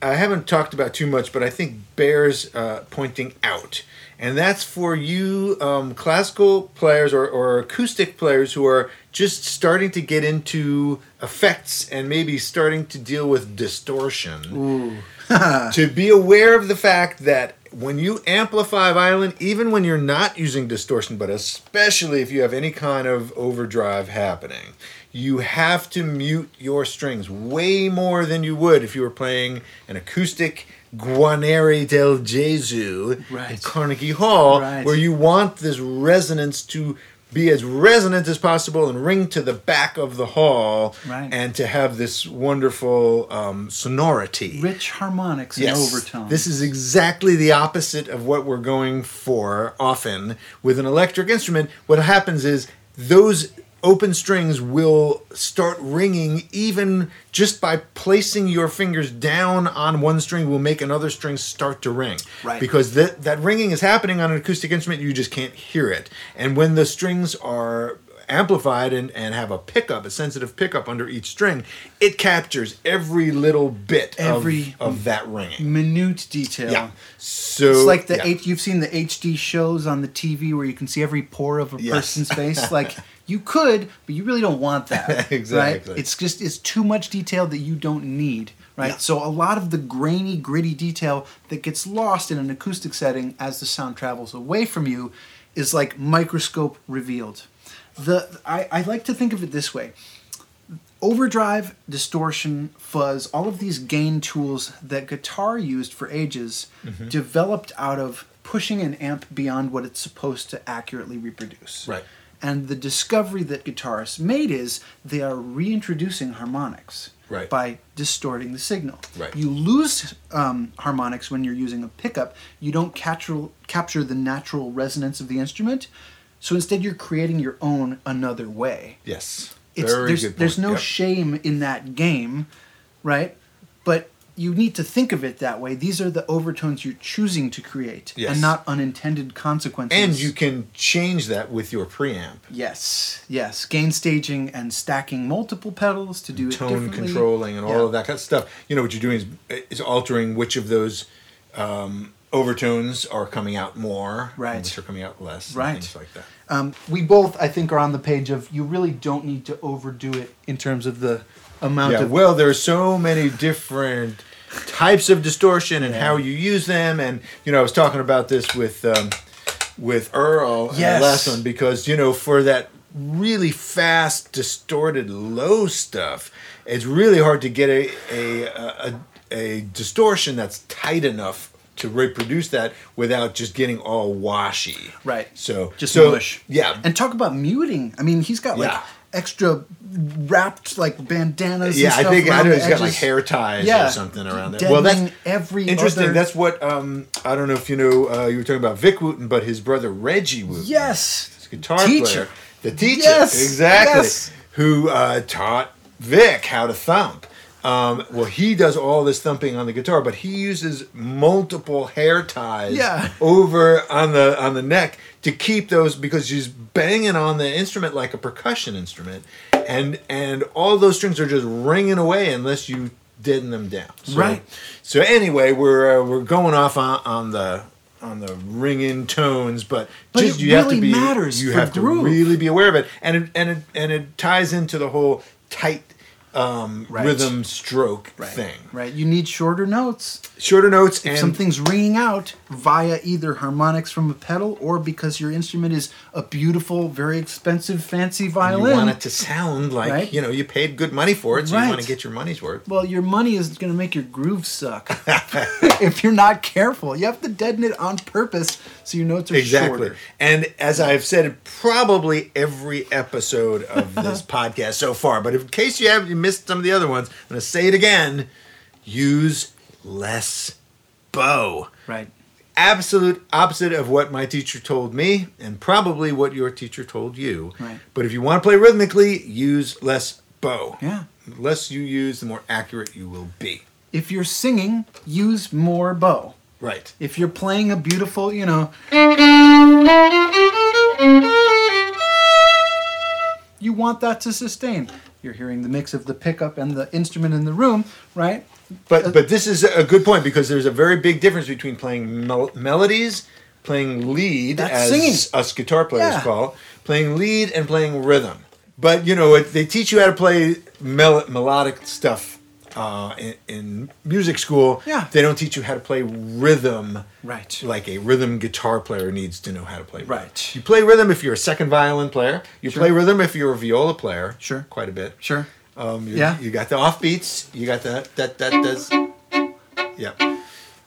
Speaker 4: I haven't talked about too much, but I think bears uh, pointing out, and that's for you um, classical players or, or acoustic players who are just starting to get into effects and maybe starting to deal with distortion. to be aware of the fact that when you amplify a violin, even when you're not using distortion, but especially if you have any kind of overdrive happening, you have to mute your strings way more than you would if you were playing an acoustic Guarneri del Jesu
Speaker 3: Right.
Speaker 4: at Carnegie Hall,
Speaker 3: Right.
Speaker 4: where you want this resonance to be as resonant as possible and ring to the back of the hall
Speaker 3: Right.
Speaker 4: and to have this wonderful um, sonority.
Speaker 3: Rich harmonics and overtones.
Speaker 4: This is exactly the opposite of what we're going for often with an electric instrument. What happens is those open strings will start ringing even just by placing your fingers down on one string will make another string start to ring
Speaker 3: Right.
Speaker 4: because that that ringing is happening on an acoustic instrument you just can't hear it and when the strings are amplified and, and have a pickup a sensitive pickup under each string it captures every little bit of-
Speaker 3: Every-
Speaker 4: of, that ringing
Speaker 3: minute detail.
Speaker 4: yeah. So
Speaker 3: It's like the
Speaker 4: yeah.
Speaker 3: H, you've seen the HD shows on the TV where you can see every pore of a
Speaker 4: Yes.
Speaker 3: person's face. Like you could, but you really don't want that.
Speaker 4: Exactly.
Speaker 3: Right? It's just it's too much detail that you don't need. Right. So a lot of the grainy, gritty detail that gets lost in an acoustic setting as the sound travels away from you is like microscope revealed. The I, I like to think of it this way Overdrive, distortion, fuzz, all of these gain tools that guitar used for ages
Speaker 2: Mm-hmm.
Speaker 3: developed out of pushing an amp beyond what it's supposed to accurately reproduce.
Speaker 2: Right.
Speaker 3: And the discovery that guitarists made is they are reintroducing harmonics
Speaker 2: Right.
Speaker 3: by distorting the signal.
Speaker 2: Right.
Speaker 3: You lose um, harmonics when you're using a pickup. You don't capture capture the natural resonance of the instrument. So instead, you're creating your own another way.
Speaker 2: Yes.
Speaker 3: It's,
Speaker 4: Very
Speaker 3: there's
Speaker 4: good
Speaker 3: there's
Speaker 4: point.
Speaker 3: no
Speaker 4: Yep.
Speaker 3: shame in that game, right? But you need to think of it that way. These are the overtones you're choosing to create,
Speaker 2: Yes.
Speaker 3: and not unintended consequences.
Speaker 4: And you can change that with your preamp.
Speaker 3: Yes, yes. Gain staging and stacking multiple pedals to do it
Speaker 4: tone
Speaker 3: differently.
Speaker 4: controlling and all
Speaker 3: Yeah.
Speaker 4: of that kind of stuff. You know what you're doing is is altering which of those um, overtones are coming out more, and
Speaker 3: Right.
Speaker 4: Which are coming out less, and
Speaker 3: Right.
Speaker 4: Things like that.
Speaker 3: um, we both i think are on the page of you really don't need to overdo it in terms of the amount
Speaker 4: Yeah.
Speaker 3: of
Speaker 4: Well, there are so many different types of distortion and how you use them, and you know I was talking about this with um, with Earl in
Speaker 3: Yes.
Speaker 4: the last one because you know for that really fast distorted low stuff, it's really hard to get a a a, a distortion that's tight enough. To reproduce that without just getting all washy,
Speaker 3: right
Speaker 4: So
Speaker 3: just
Speaker 4: so,
Speaker 3: mush
Speaker 4: yeah,
Speaker 3: and talk about muting i mean he's got like
Speaker 4: Yeah.
Speaker 3: extra wrapped like bandanas
Speaker 4: Yeah,
Speaker 3: and
Speaker 4: I
Speaker 3: stuff
Speaker 4: think I
Speaker 3: around
Speaker 4: know
Speaker 3: the
Speaker 4: he's got like
Speaker 3: edges.
Speaker 4: hair ties
Speaker 3: Yeah.
Speaker 4: or something around there. Well, that's
Speaker 3: Deadening every
Speaker 4: interesting.
Speaker 3: other-
Speaker 4: That's what um, I don't know if you know. Uh, you were talking about Vic Wooten, but his brother Reggie Wooten,
Speaker 3: yes
Speaker 4: his guitar
Speaker 3: Teacher.
Speaker 4: player, the teacher,
Speaker 3: Yes,
Speaker 4: exactly,
Speaker 3: yes.
Speaker 4: who uh, taught Vic how to thump. Um, well, he does all this thumping on the guitar, but he uses multiple hair ties
Speaker 3: Yeah.
Speaker 4: over on the on the neck to keep those because she's banging on the instrument like a percussion instrument, and and all those strings are just ringing away unless you deaden them down. So,
Speaker 3: Right.
Speaker 4: So anyway, we're uh, we're going off on, on the on the ringing tones, but,
Speaker 3: But
Speaker 4: just
Speaker 3: it
Speaker 4: you have to
Speaker 3: really
Speaker 4: be
Speaker 3: matters
Speaker 4: you
Speaker 3: for
Speaker 4: have
Speaker 3: groove.
Speaker 4: to really be aware of it, and it, and it, and it ties into the whole tight um,
Speaker 3: Right.
Speaker 4: rhythm stroke
Speaker 3: right
Speaker 4: thing.
Speaker 3: right you need shorter notes
Speaker 4: Shorter notes and
Speaker 3: something's ringing out via either harmonics from a pedal or because your instrument is a beautiful very expensive fancy
Speaker 4: you
Speaker 3: violin
Speaker 4: want it to sound like
Speaker 3: Right.
Speaker 4: you know you paid good money for it, so
Speaker 3: Right.
Speaker 4: you want to get your money's worth.
Speaker 3: Well, your money is going to make your groove suck if you're not careful. You have to deaden it on purpose so your notes are
Speaker 4: Exactly.
Speaker 3: shorter.
Speaker 4: And as I've said, probably every episode of this podcast so far, but in case you haven't you missed some of the other ones, I'm going to say it again use less bow.
Speaker 3: Right.
Speaker 4: Absolute opposite of what my teacher told me, and probably what your teacher told you.
Speaker 3: Right.
Speaker 4: But if you want to play rhythmically, use less bow.
Speaker 3: Yeah.
Speaker 4: The less you use, the more accurate you will be.
Speaker 3: If you're singing, use more bow.
Speaker 4: Right.
Speaker 3: If you're playing a beautiful, you know, you want that to sustain. You're hearing the mix of the pickup and the instrument in the room, right?
Speaker 4: But but this is a good point because there's a very big difference between playing mel- melodies, playing lead
Speaker 3: That's
Speaker 4: as
Speaker 3: singing.
Speaker 4: us guitar players
Speaker 3: Yeah.
Speaker 4: call, playing lead and playing rhythm. But you know it, they teach you how to play mel- melodic stuff uh, in, in music school.
Speaker 3: Yeah.
Speaker 4: They don't teach you how to play rhythm.
Speaker 3: Right.
Speaker 4: Like a rhythm guitar player needs to know how to play. rhythm.
Speaker 3: Right.
Speaker 4: You play rhythm if you're a second violin player. You play rhythm if you're a viola player.
Speaker 3: Sure.
Speaker 4: Quite a bit.
Speaker 3: Sure.
Speaker 4: Um, you,
Speaker 3: Yeah.
Speaker 4: You got the offbeats. You got the that that does. Yeah.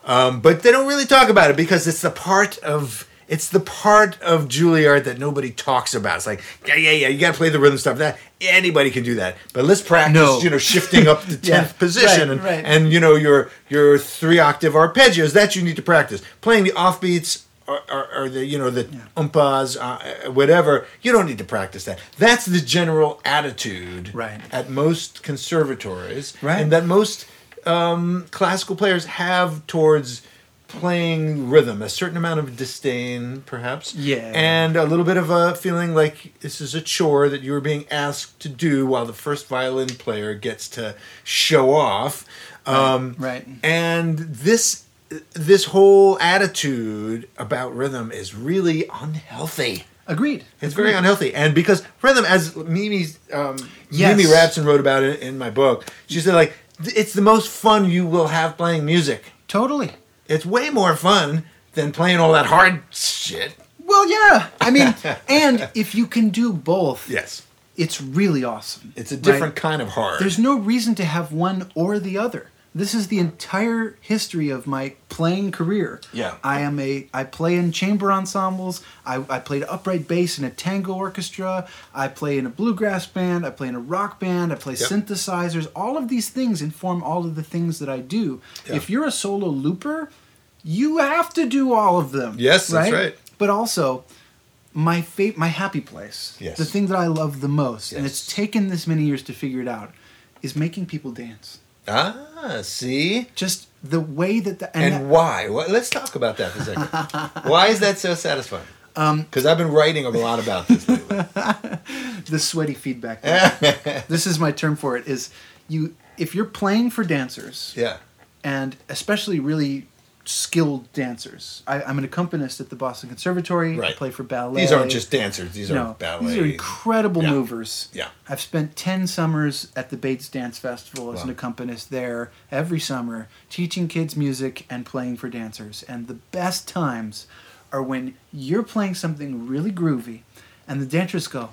Speaker 4: Um, but they don't really talk about it because it's the part of it's the part of Juilliard that nobody talks about. It's like yeah yeah yeah you got to play the rhythm stuff. That anybody can do that. But let's practice.
Speaker 3: No.
Speaker 4: You know, shifting up the tenth
Speaker 3: Yeah,
Speaker 4: position
Speaker 3: right,
Speaker 4: and
Speaker 3: right.
Speaker 4: and you know your your three octave arpeggios that you need to practice. Playing the offbeats. Or, or, or the you know the umpas uh, whatever you don't need to practice that that's the general attitude
Speaker 3: Right.
Speaker 4: at most conservatories
Speaker 3: Right.
Speaker 4: and that most um, classical players have towards playing rhythm a certain amount of disdain perhaps
Speaker 3: Yeah.
Speaker 4: and a little bit of a feeling like this is a chore that you were being asked to do while the first violin player gets to show off um,
Speaker 3: Right.
Speaker 4: and this this whole attitude about rhythm is really unhealthy
Speaker 3: Agreed.
Speaker 4: it's very unhealthy, and because rhythm, as Mimi um,
Speaker 3: Yes.
Speaker 4: Mimi Rapson wrote about it in my book, she said like it's the most fun you will have playing music.
Speaker 3: Totally.
Speaker 4: It's way more fun than playing all that hard shit.
Speaker 3: Well, yeah. I mean, and if you can do both,
Speaker 4: Yes.
Speaker 3: It's really awesome.
Speaker 4: It's a
Speaker 3: right?
Speaker 4: different kind of hard.
Speaker 3: There's no reason to have one or the other. This is the entire history of my playing career.
Speaker 4: Yeah.
Speaker 3: I am a I play in chamber ensembles. I, I played upright bass in a tango orchestra. I play in a bluegrass band. I play in a rock band. I play synthesizers. All of these things inform all of the things that I do. If you're a solo looper, you have to do all of them.
Speaker 4: Yes, that's right.
Speaker 3: But also, my fa- my happy place,
Speaker 4: Yes.
Speaker 3: the thing that I love the most, and it's
Speaker 4: Yes.
Speaker 3: taken this many years to figure it out, is making people dance.
Speaker 4: ah, see?
Speaker 3: Just the way that the
Speaker 4: And,
Speaker 3: and, that-
Speaker 4: why? Well, let's talk about that for a second. why is that so satisfying?
Speaker 3: Um,
Speaker 4: Because I've been writing a lot about this lately.
Speaker 3: the sweaty feedback. loop. this is my term for it. Is you if you're playing for dancers,
Speaker 4: yeah.
Speaker 3: and especially really skilled dancers. I, I'm an accompanist at the Boston Conservatory. I
Speaker 4: Right.
Speaker 3: play for ballet.
Speaker 4: These aren't just dancers, these are ballet.
Speaker 3: These are incredible
Speaker 4: Yeah.
Speaker 3: movers.
Speaker 4: Yeah.
Speaker 3: I've spent 10 summers at the Bates Dance Festival as an
Speaker 4: Wow.
Speaker 3: accompanist there every summer, teaching kids music and playing for dancers. And the best times are when you're playing something really groovy and the dancers go,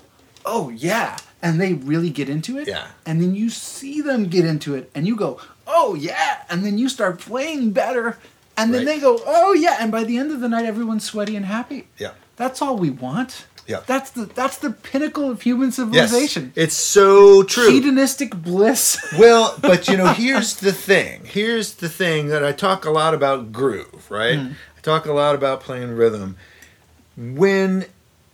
Speaker 3: oh, yeah. And they really get into it.
Speaker 4: Yeah.
Speaker 3: And then you see them get into it and you go, oh, yeah. And then you start playing better. And then
Speaker 4: Right.
Speaker 3: they go, oh, yeah. And by the end of the night, everyone's sweaty and happy.
Speaker 4: Yeah.
Speaker 3: That's all we want.
Speaker 4: Yeah.
Speaker 3: That's the that's the pinnacle of human
Speaker 4: yes.
Speaker 3: civilization.
Speaker 4: It's so true.
Speaker 3: Hedonistic bliss.
Speaker 4: Well, but you know, here's the thing. Here's the thing that I talk a lot about groove, right? I talk a lot about playing rhythm. When,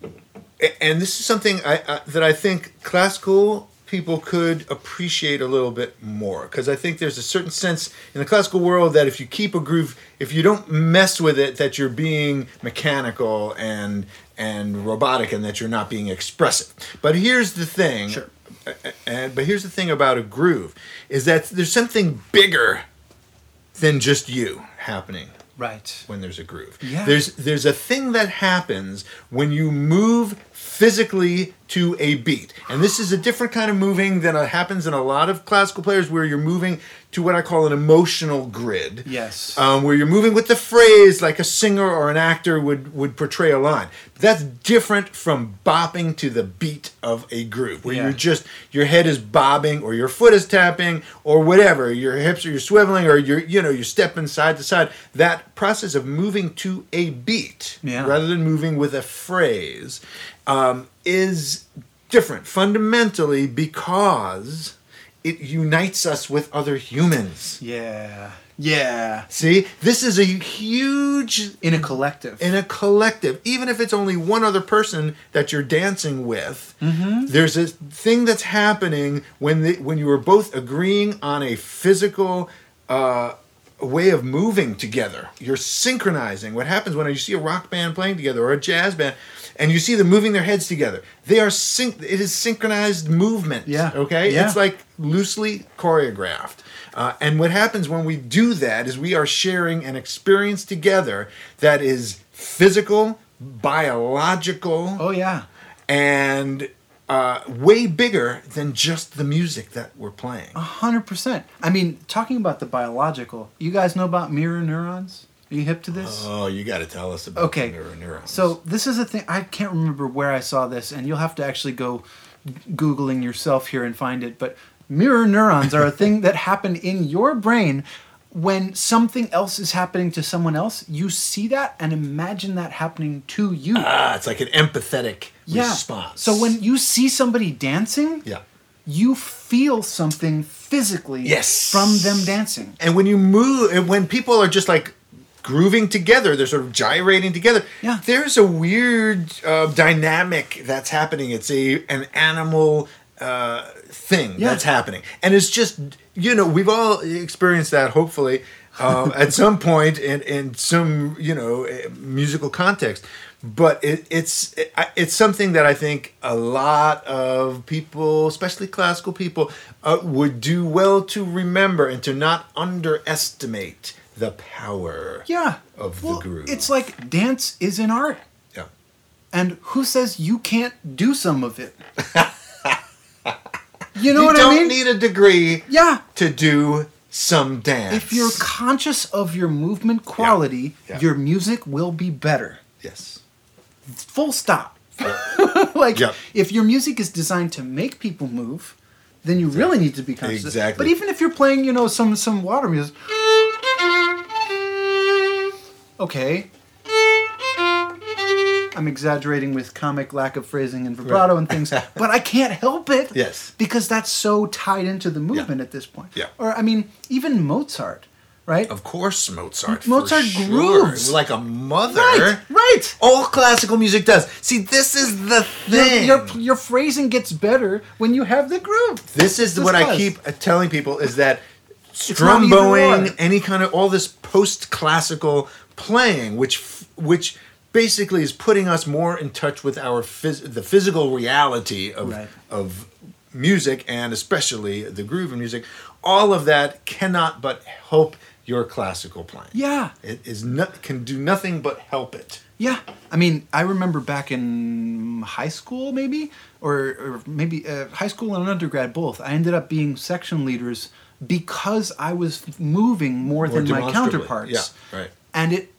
Speaker 4: a- and this is something I, I, that I think classical people could appreciate a little bit more because I think there's a certain sense in the classical world that if you keep a groove, if you don't mess with it, that you're being mechanical and and robotic and that you're not being expressive. But here's the thing. Sure. And, but here's the thing about a groove is that there's something bigger than just you happening
Speaker 3: Right.
Speaker 4: when there's a groove.
Speaker 3: Yeah.
Speaker 4: There's there's a thing that happens when you move physically to a beat. And this is a different kind of moving than uh, happens in a lot of classical players where you're moving to what I call an emotional grid
Speaker 3: Yes.
Speaker 4: um, where you're moving with the phrase like a singer or an actor would would portray a line. That's different from bopping to the beat of a groove, where
Speaker 3: Yeah.
Speaker 4: you're just your head is bobbing or your foot is tapping or whatever. Your hips are you're swiveling or you're you know you're stepping side to side. That process of moving to a beat
Speaker 3: Yeah.
Speaker 4: rather than moving with a phrase um, is different fundamentally because it unites us with other humans.
Speaker 3: yeah. Yeah.
Speaker 4: See, this is a huge
Speaker 3: In a collective.
Speaker 4: in a collective, even if it's only one other person that you're dancing with.
Speaker 3: Mm-hmm.
Speaker 4: There's a thing that's happening when the, when you are both agreeing on a physical uh, way of moving together. You're synchronizing. What happens when you see a rock band playing together or a jazz band, and you see them moving their heads together? They are sync. It is synchronized movement.
Speaker 3: Yeah.
Speaker 4: Okay.
Speaker 3: Yeah.
Speaker 4: It's like loosely choreographed. Uh, and what happens when we do that is we are sharing an experience together that is physical, biological,
Speaker 3: oh yeah.
Speaker 4: and uh, way bigger than just the music that we're playing.
Speaker 3: A hundred percent. I mean, talking about the biological, you guys know about mirror neurons? Are you hip to this?
Speaker 4: Oh, you got to tell us about
Speaker 3: okay. So this is a thing I can't remember where I saw this, and you'll have to actually go googling yourself here and find it. But mirror neurons are a thing that happen in your brain when something else is happening to someone else. You see that and imagine that happening to you.
Speaker 4: ah, it's like an empathetic
Speaker 3: yeah.
Speaker 4: response.
Speaker 3: So when you see somebody dancing,
Speaker 4: yeah.
Speaker 3: you feel something physically
Speaker 4: Yes.
Speaker 3: from them dancing.
Speaker 4: And when you move, and when people are just like grooving together, they're sort of gyrating together.
Speaker 3: Yeah.
Speaker 4: There's a weird uh, dynamic that's happening. It's a an animal uh, thing
Speaker 3: Yeah.
Speaker 4: that's happening, and it's just you know we've all experienced that. Hopefully, um, at some point in in some you know eh, musical context. But it, it's it, I- it's something that I think a lot of people, especially classical people, uh, would do well to remember and to not underestimate the power.
Speaker 3: Yeah.
Speaker 4: Of the groove.
Speaker 3: It's like dance is an art.
Speaker 4: Yeah.
Speaker 3: And who says you can't do some of it? you know
Speaker 4: you
Speaker 3: what
Speaker 4: don't
Speaker 3: I mean?
Speaker 4: need a degree
Speaker 3: yeah.
Speaker 4: to do some dance.
Speaker 3: If you're conscious of your movement quality,
Speaker 4: Yeah.
Speaker 3: your music will be better.
Speaker 4: yes,
Speaker 3: Full stop. like
Speaker 4: Yep.
Speaker 3: if your music is designed to make people move, then you really need to be conscious.
Speaker 4: Exactly.
Speaker 3: But even if you're playing, you know, some some water music. Okay. I'm exaggerating with comic lack of phrasing and vibrato and things, but I can't help it.
Speaker 4: Yes.
Speaker 3: Because that's so tied into the movement at this point.
Speaker 4: Yeah.
Speaker 3: Or I mean, even Mozart, right?
Speaker 4: Of course, Mozart. for
Speaker 3: Mozart
Speaker 4: sure.
Speaker 3: grooves.
Speaker 4: like a mother.
Speaker 3: Right, right.
Speaker 4: All classical music does. See, this is the
Speaker 3: Your-
Speaker 4: thing.
Speaker 3: Your, your phrasing gets better when you have the groove.
Speaker 4: this is
Speaker 3: This
Speaker 4: what I
Speaker 3: does.
Speaker 4: keep uh, telling people is
Speaker 3: not
Speaker 4: that
Speaker 3: either or.
Speaker 4: strumboing, any kind of all this post-classical playing, which f- which basically is putting us more in touch with our phys- the physical reality of
Speaker 3: Right.
Speaker 4: of music and especially the groove in music. All of that cannot but help your classical playing.
Speaker 3: Yeah.
Speaker 4: It is not can do nothing but help it.
Speaker 3: Yeah, I mean, I remember back in high school, maybe, or, or maybe uh, high school and undergrad both. I ended up being section leaders because I was moving more,
Speaker 4: More
Speaker 3: than my
Speaker 4: demonstrably.
Speaker 3: counterparts.
Speaker 4: Yeah, right.
Speaker 3: And it,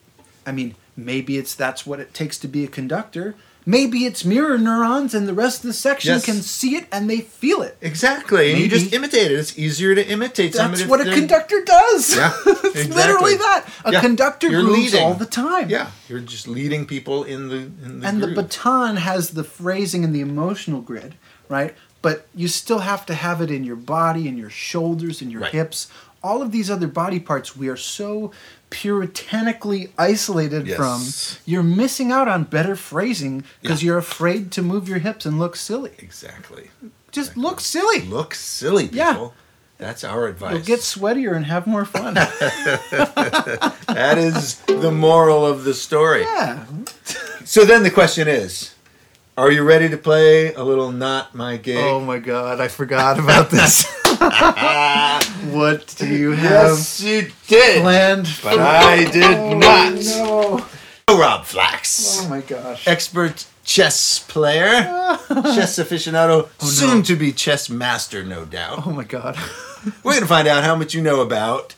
Speaker 3: I mean, maybe it's that's what it takes to be a conductor. Maybe it's mirror neurons, and the rest of the section
Speaker 4: Yes.
Speaker 3: can see it and they feel it.
Speaker 4: Exactly. And you
Speaker 3: Maybe.
Speaker 4: just imitate it. It's easier to imitate somebody
Speaker 3: That's what a
Speaker 4: than-
Speaker 3: conductor does.
Speaker 4: Yeah,
Speaker 3: it's
Speaker 4: exactly.
Speaker 3: literally that. A
Speaker 4: Yeah.
Speaker 3: conductor
Speaker 4: You're
Speaker 3: grooves
Speaker 4: leading.
Speaker 3: all the time.
Speaker 4: Yeah, you're just leading people in the in the
Speaker 3: and
Speaker 4: groove.
Speaker 3: the baton has the phrasing and the emotional grid, right? But you still have to have it in your body, in your shoulders, in your
Speaker 4: Right.
Speaker 3: hips. All of these other body parts we are so puritanically isolated
Speaker 4: Yes.
Speaker 3: from. You're missing out on better phrasing because
Speaker 4: Yeah.
Speaker 3: you're afraid to move your hips and look silly.
Speaker 4: exactly.
Speaker 3: Just look silly.
Speaker 4: Look silly, people.
Speaker 3: Yeah.
Speaker 4: That's our advice.
Speaker 3: You'll get sweatier and have more fun.
Speaker 4: that is the moral of the story.
Speaker 3: yeah.
Speaker 4: So then the question is, are you ready to play a little not my gig?
Speaker 3: Oh my god, I forgot about this. what do you have
Speaker 4: yes, you did.
Speaker 3: planned?
Speaker 4: But I did not.
Speaker 3: Oh, No.
Speaker 4: Rob Flax.
Speaker 3: Oh my gosh.
Speaker 4: expert chess player, chess aficionado, soon to be chess master, no doubt.
Speaker 3: Oh my god.
Speaker 4: We're going to find out how much you know about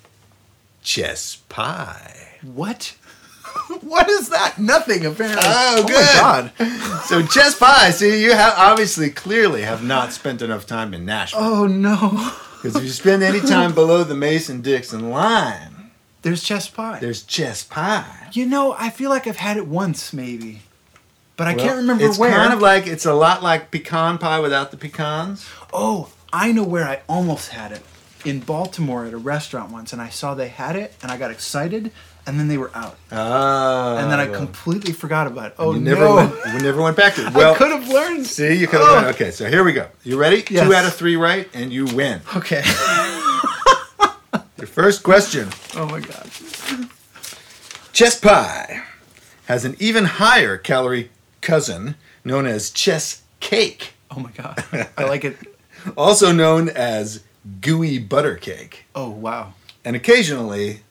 Speaker 4: chess pie.
Speaker 3: What? what is that? Nothing apparently.
Speaker 4: Oh,
Speaker 3: my
Speaker 4: good.
Speaker 3: god.
Speaker 4: So chess pie, see, you have obviously clearly have not spent enough time in Nashville.
Speaker 3: Oh no.
Speaker 4: Because if you spend any time below the Mason-Dixon line,
Speaker 3: There's chess pie.
Speaker 4: there's chess pie.
Speaker 3: you know, I feel like I've had it once maybe. But I
Speaker 4: Well,
Speaker 3: can't remember
Speaker 4: it's
Speaker 3: where.
Speaker 4: kind of like it's a lot like pecan pie without the pecans.
Speaker 3: oh, I know where I almost had it. In Baltimore at a restaurant once and I saw they had it and I got excited and then they were out.
Speaker 4: Ah.
Speaker 3: Oh. and then I
Speaker 4: well,
Speaker 3: completely forgot about it. Oh
Speaker 4: you never
Speaker 3: no.
Speaker 4: went, you never went back to it. Well,
Speaker 3: I could have learned.
Speaker 4: See, you could have
Speaker 3: Oh.
Speaker 4: won. Okay, so here we go. You ready?
Speaker 3: Yes.
Speaker 4: Two out of three right, and you win.
Speaker 3: Okay.
Speaker 4: Your first question
Speaker 3: oh my god.
Speaker 4: Chess pie has an even higher calorie cousin known as chess cake,
Speaker 3: Oh my god. I like it.
Speaker 4: also known as gooey butter cake,
Speaker 3: Oh wow.
Speaker 4: and occasionally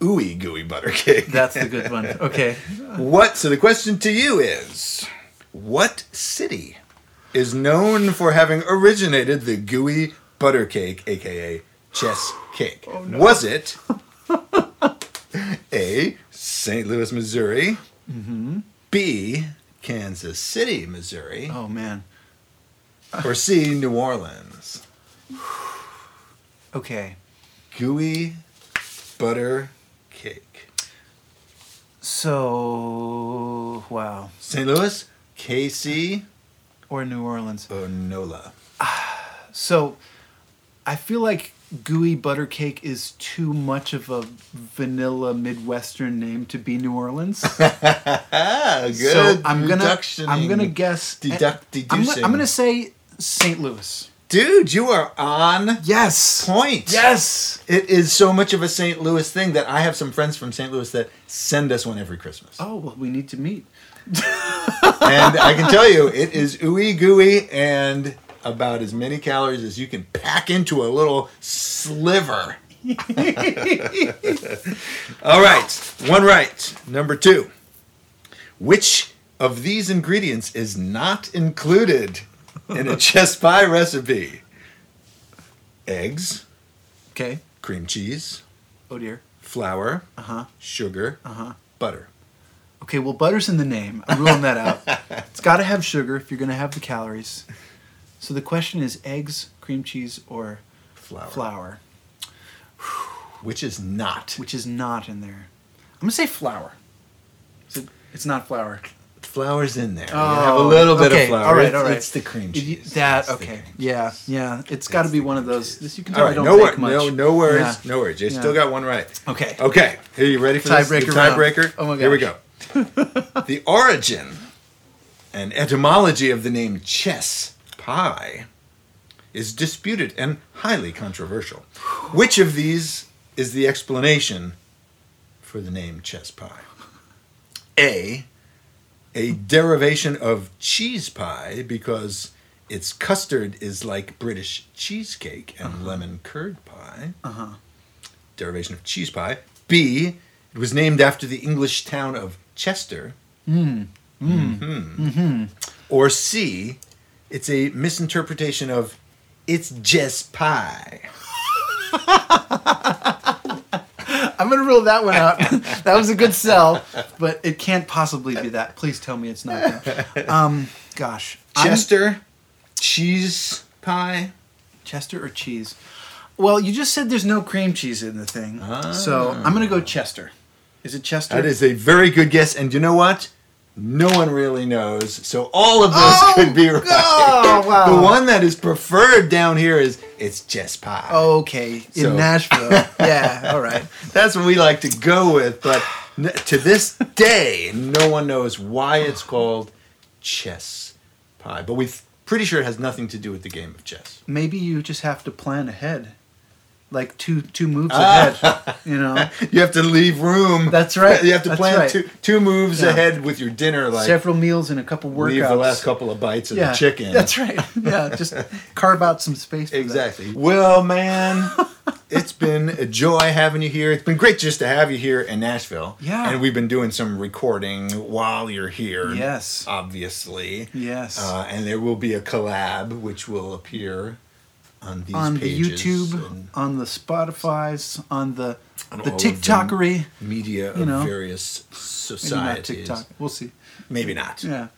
Speaker 4: ooey gooey butter cake.
Speaker 3: That's the good one. Okay.
Speaker 4: What? So the question to you is what city is known for having originated the gooey butter cake, aka chess cake?
Speaker 3: Oh,
Speaker 4: Was it A, St. Louis, Missouri,
Speaker 3: Mm-hmm.
Speaker 4: B, Kansas City, Missouri,
Speaker 3: Oh man. Oh.
Speaker 4: or C, New Orleans?
Speaker 3: Okay.
Speaker 4: Gooey butter cake.
Speaker 3: So wow.
Speaker 4: St. Louis, KC,
Speaker 3: Or New Orleans.
Speaker 4: or NOLA?
Speaker 3: So I feel like gooey butter cake is too much of a vanilla Midwestern name to be New Orleans.
Speaker 4: Ah, good.
Speaker 3: so I'm gonna I'm
Speaker 4: reductioning.
Speaker 3: gonna guess
Speaker 4: Deduct-
Speaker 3: I'm,
Speaker 4: deducing.
Speaker 3: gonna, I'm gonna say St. Louis.
Speaker 4: Dude, you are on
Speaker 3: Yes.
Speaker 4: point.
Speaker 3: Yes.
Speaker 4: It is so much of a St. Louis thing that I have some friends from St. Louis that send us one every Christmas.
Speaker 3: Oh well, we need to meet.
Speaker 4: And I can tell you, it is ooey gooey and about as many calories as you can pack into a little sliver. All right, one right. Number two. Which of these ingredients is not included in a chess pie recipe? Eggs,
Speaker 3: Okay.
Speaker 4: cream cheese,
Speaker 3: Oh dear.
Speaker 4: flour,
Speaker 3: Uh huh.
Speaker 4: sugar,
Speaker 3: Uh huh.
Speaker 4: butter.
Speaker 3: Okay, well, butter's in the name. I'm ruling that out. It's got to have sugar if you're going to have the calories. So the question is eggs, cream cheese, or
Speaker 4: Flour.
Speaker 3: flour,
Speaker 4: Which is not.
Speaker 3: which is not in there. I'm going to say flour. Is it- It's not flour.
Speaker 4: Flour's in
Speaker 3: Oh,
Speaker 4: there. You have a little bit of flour. It's- It's the cream
Speaker 3: If you-
Speaker 4: cheese.
Speaker 3: That
Speaker 4: It's the
Speaker 3: okay?
Speaker 4: cream
Speaker 3: Yeah,
Speaker 4: cheese.
Speaker 3: yeah. It's got to
Speaker 4: It's
Speaker 3: be
Speaker 4: the
Speaker 3: one of
Speaker 4: cream
Speaker 3: those.
Speaker 4: cheese.
Speaker 3: This you can
Speaker 4: All
Speaker 3: tell I
Speaker 4: right,
Speaker 3: don't
Speaker 4: no, wor-
Speaker 3: bake much.
Speaker 4: no, no worries,
Speaker 3: Yeah.
Speaker 4: no worries. You
Speaker 3: Yeah.
Speaker 4: still got one right.
Speaker 3: Okay.
Speaker 4: Okay, here you ready for this? The
Speaker 3: Tiebreaker round.
Speaker 4: Tiebreaker.
Speaker 3: Oh my
Speaker 4: Here we go. the origin and etymology of the name chess pie is disputed and highly controversial. Which of these is the explanation for the name chess pie? A, a derivation of cheese pie because its custard is like British cheesecake and
Speaker 3: Uh-huh.
Speaker 4: lemon curd pie. Uh-huh. Derivation of cheese pie. B, it was named after the English town of Chester. Mm. Mm. Hmm. Mm-hmm. Or C, it's a misinterpretation of it's just pie.
Speaker 3: I'm gonna rule that one out. that was a good sell, but it can't possibly be that. Please tell me it's not. That. Um, gosh, I'm-
Speaker 4: Chester, cheese pie.
Speaker 3: Chester or cheese? Well, you just said there's no cream cheese in the thing, so I'm gonna go Chester. Is it Chester?
Speaker 4: That is a very good guess, and you know what? No one really knows, so all of those
Speaker 3: Oh,
Speaker 4: could be right.
Speaker 3: oh, wow.
Speaker 4: The one that is preferred down here is it's just pie.
Speaker 3: Okay, in
Speaker 4: So-
Speaker 3: Nashville. yeah, all right.
Speaker 4: That's what we like to go with, but n- to this day, no one knows why it's called chess pie. But we're pretty sure it has nothing to do with the game of chess.
Speaker 3: Maybe you just have to plan ahead, like two two moves
Speaker 4: Ah.
Speaker 3: ahead. You know,
Speaker 4: You have to leave room.
Speaker 3: That's right.
Speaker 4: You have to
Speaker 3: That's
Speaker 4: plan
Speaker 3: right.
Speaker 4: two, two moves
Speaker 3: Yeah.
Speaker 4: ahead with your dinner, like
Speaker 3: several meals and a couple workouts.
Speaker 4: leave the last couple of bites of
Speaker 3: yeah,
Speaker 4: the chicken.
Speaker 3: That's right. Yeah, just carve out some space. For that.
Speaker 4: Exactly. Well, man, it's been a joy having you here. It's been great just to have you here in Nashville.
Speaker 3: Yeah.
Speaker 4: And we've been doing some recording while you're here.
Speaker 3: Yes.
Speaker 4: Obviously.
Speaker 3: Yes.
Speaker 4: Uh, and there will be a collab which will appear on these
Speaker 3: on the
Speaker 4: pages
Speaker 3: YouTube,
Speaker 4: and
Speaker 3: on the Spotify's, on the
Speaker 4: On
Speaker 3: the
Speaker 4: all of them.
Speaker 3: TikTokery.
Speaker 4: media
Speaker 3: you know,
Speaker 4: of various
Speaker 3: Maybe not
Speaker 4: societies.
Speaker 3: TikTok. We'll see.
Speaker 4: Maybe not.
Speaker 3: Yeah.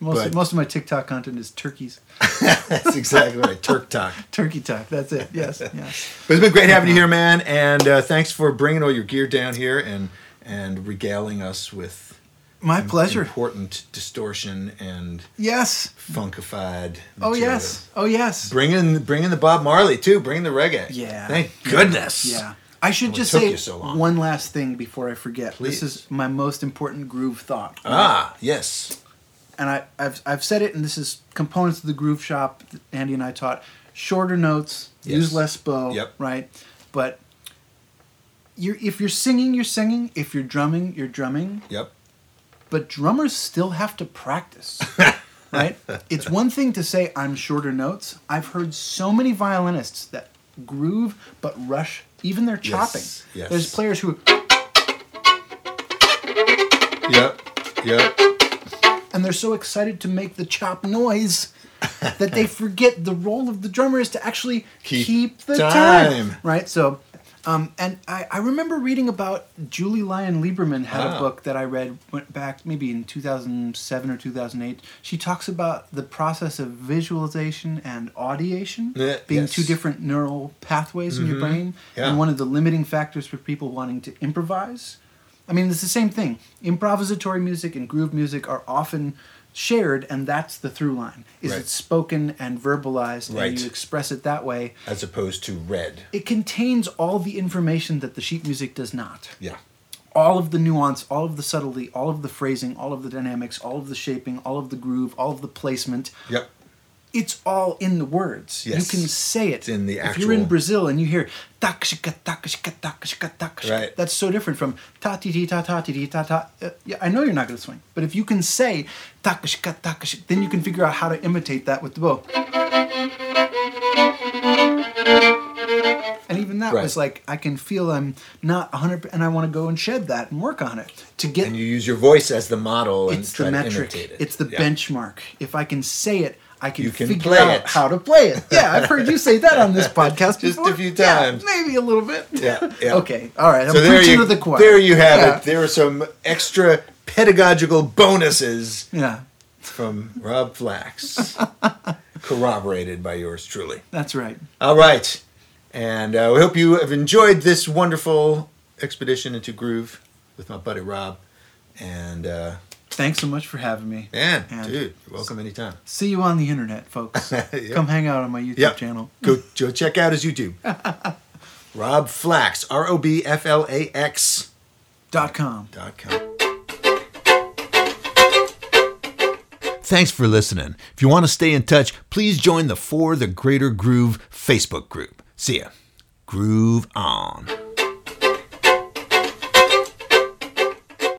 Speaker 3: Most,
Speaker 4: But-
Speaker 3: most of my TikTok content is turkeys.
Speaker 4: That's exactly right. Turk Talk.
Speaker 3: Turkey talk. That's it. Yes. yes.
Speaker 4: But it's been great having you here, man. And uh, thanks for bringing all your gear down here and and regaling us with
Speaker 3: My
Speaker 4: im-
Speaker 3: pleasure.
Speaker 4: Important distortion and
Speaker 3: Yes.
Speaker 4: funkified.
Speaker 3: Oh
Speaker 4: material.
Speaker 3: yes. Oh yes.
Speaker 4: Bring in, bring in the Bob Marley too. Bring in the reggae.
Speaker 3: Yeah.
Speaker 4: Thank goodness.
Speaker 3: Yeah. I should
Speaker 4: Well, it
Speaker 3: just
Speaker 4: took
Speaker 3: say
Speaker 4: you so long.
Speaker 3: one last thing before I forget.
Speaker 4: Please.
Speaker 3: This is my most important groove thought.
Speaker 4: Ah, yes.
Speaker 3: and I, I've, I've said it, and this is components of the groove shop that Andy and I taught. Shorter notes,
Speaker 4: Yes.
Speaker 3: use less bow,
Speaker 4: Yep.
Speaker 3: right? But you're, if you're singing, you're singing. If you're drumming, you're drumming.
Speaker 4: Yep.
Speaker 3: But drummers still have to practice, right? It's one thing to say, I'm shorter notes. I've heard so many violinists that groove but rush, even their chopping.
Speaker 4: yes.
Speaker 3: There's players who,
Speaker 4: Yep. Yep.
Speaker 3: and they're so excited to make the chop noise that they forget the role of the drummer is to actually
Speaker 4: Keep
Speaker 3: keep, the
Speaker 4: time.
Speaker 3: time. Right? So, um, and I, I remember reading about Julie Lyon Lieberman had
Speaker 4: Ah.
Speaker 3: a book that I read went back maybe in 2007 or 2008. She talks about the process of visualization and audiation
Speaker 4: Yeah,
Speaker 3: being
Speaker 4: yes.
Speaker 3: two different neural pathways in your brain.
Speaker 4: Mm-hmm. Yeah.
Speaker 3: And one of the limiting factors for people wanting to improvise I mean, it's the same thing. Improvisatory music and groove music are often shared, and that's the through line. Is
Speaker 4: Right.
Speaker 3: it's spoken and verbalized,
Speaker 4: Right.
Speaker 3: and you express it that way.
Speaker 4: As opposed to red.
Speaker 3: It contains all the information that the sheet music does not.
Speaker 4: Yeah.
Speaker 3: All of the nuance, all of the subtlety, all of the phrasing, all of the dynamics, all of the shaping, all of the groove, all of the placement.
Speaker 4: Yep.
Speaker 3: It's all in the words.
Speaker 4: Yes.
Speaker 3: You can say it.
Speaker 4: in the
Speaker 3: If you're in
Speaker 4: actual-
Speaker 3: Brazil and you hear takshika takshika takshika takshika,
Speaker 4: Right.
Speaker 3: that's so different from ta ti ti ta ta ti ti ta ta. Uh, yeah, I know you're not going to swing, but if you can say takshika takshika, then you can figure out how to imitate that with the bow. And even that
Speaker 4: Right.
Speaker 3: was like I can feel I'm not 100, and I want to go and shed that and work on it to get
Speaker 4: And you use your voice as the model and
Speaker 3: it's
Speaker 4: try
Speaker 3: the
Speaker 4: to
Speaker 3: metric.
Speaker 4: imitate it.
Speaker 3: It's the
Speaker 4: Yeah.
Speaker 3: benchmark. If I can say it, I can,
Speaker 4: You can
Speaker 3: figure
Speaker 4: play
Speaker 3: out
Speaker 4: it.
Speaker 3: how to play it. Yeah, I've heard you say that on this podcast
Speaker 4: Just a
Speaker 3: before.
Speaker 4: few
Speaker 3: Yeah,
Speaker 4: times.
Speaker 3: maybe a little bit.
Speaker 4: Yeah, yeah.
Speaker 3: okay. All right. I'm
Speaker 4: So there
Speaker 3: preaching
Speaker 4: you,
Speaker 3: to the choir.
Speaker 4: there you have
Speaker 3: Yeah.
Speaker 4: it. There are some extra pedagogical bonuses
Speaker 3: Yeah,
Speaker 4: from Rob Flax, corroborated by yours truly.
Speaker 3: that's right.
Speaker 4: All right. And uh, we hope you have enjoyed this wonderful expedition into groove with my buddy Rob. And uh,
Speaker 3: Thanks so much for having me.
Speaker 4: man,
Speaker 3: And-
Speaker 4: dude, you're welcome anytime.
Speaker 3: See you on the internet, folks.
Speaker 4: Yep.
Speaker 3: Come hang out on my YouTube
Speaker 4: Yep.
Speaker 3: channel.
Speaker 4: Go, go check out his YouTube. Rob Flax, R O B F L A X
Speaker 3: Dot com.
Speaker 4: dot com.
Speaker 2: Thanks for listening. If you want to stay in touch, please join the For the Greater Groove Facebook group. See ya. Groove on.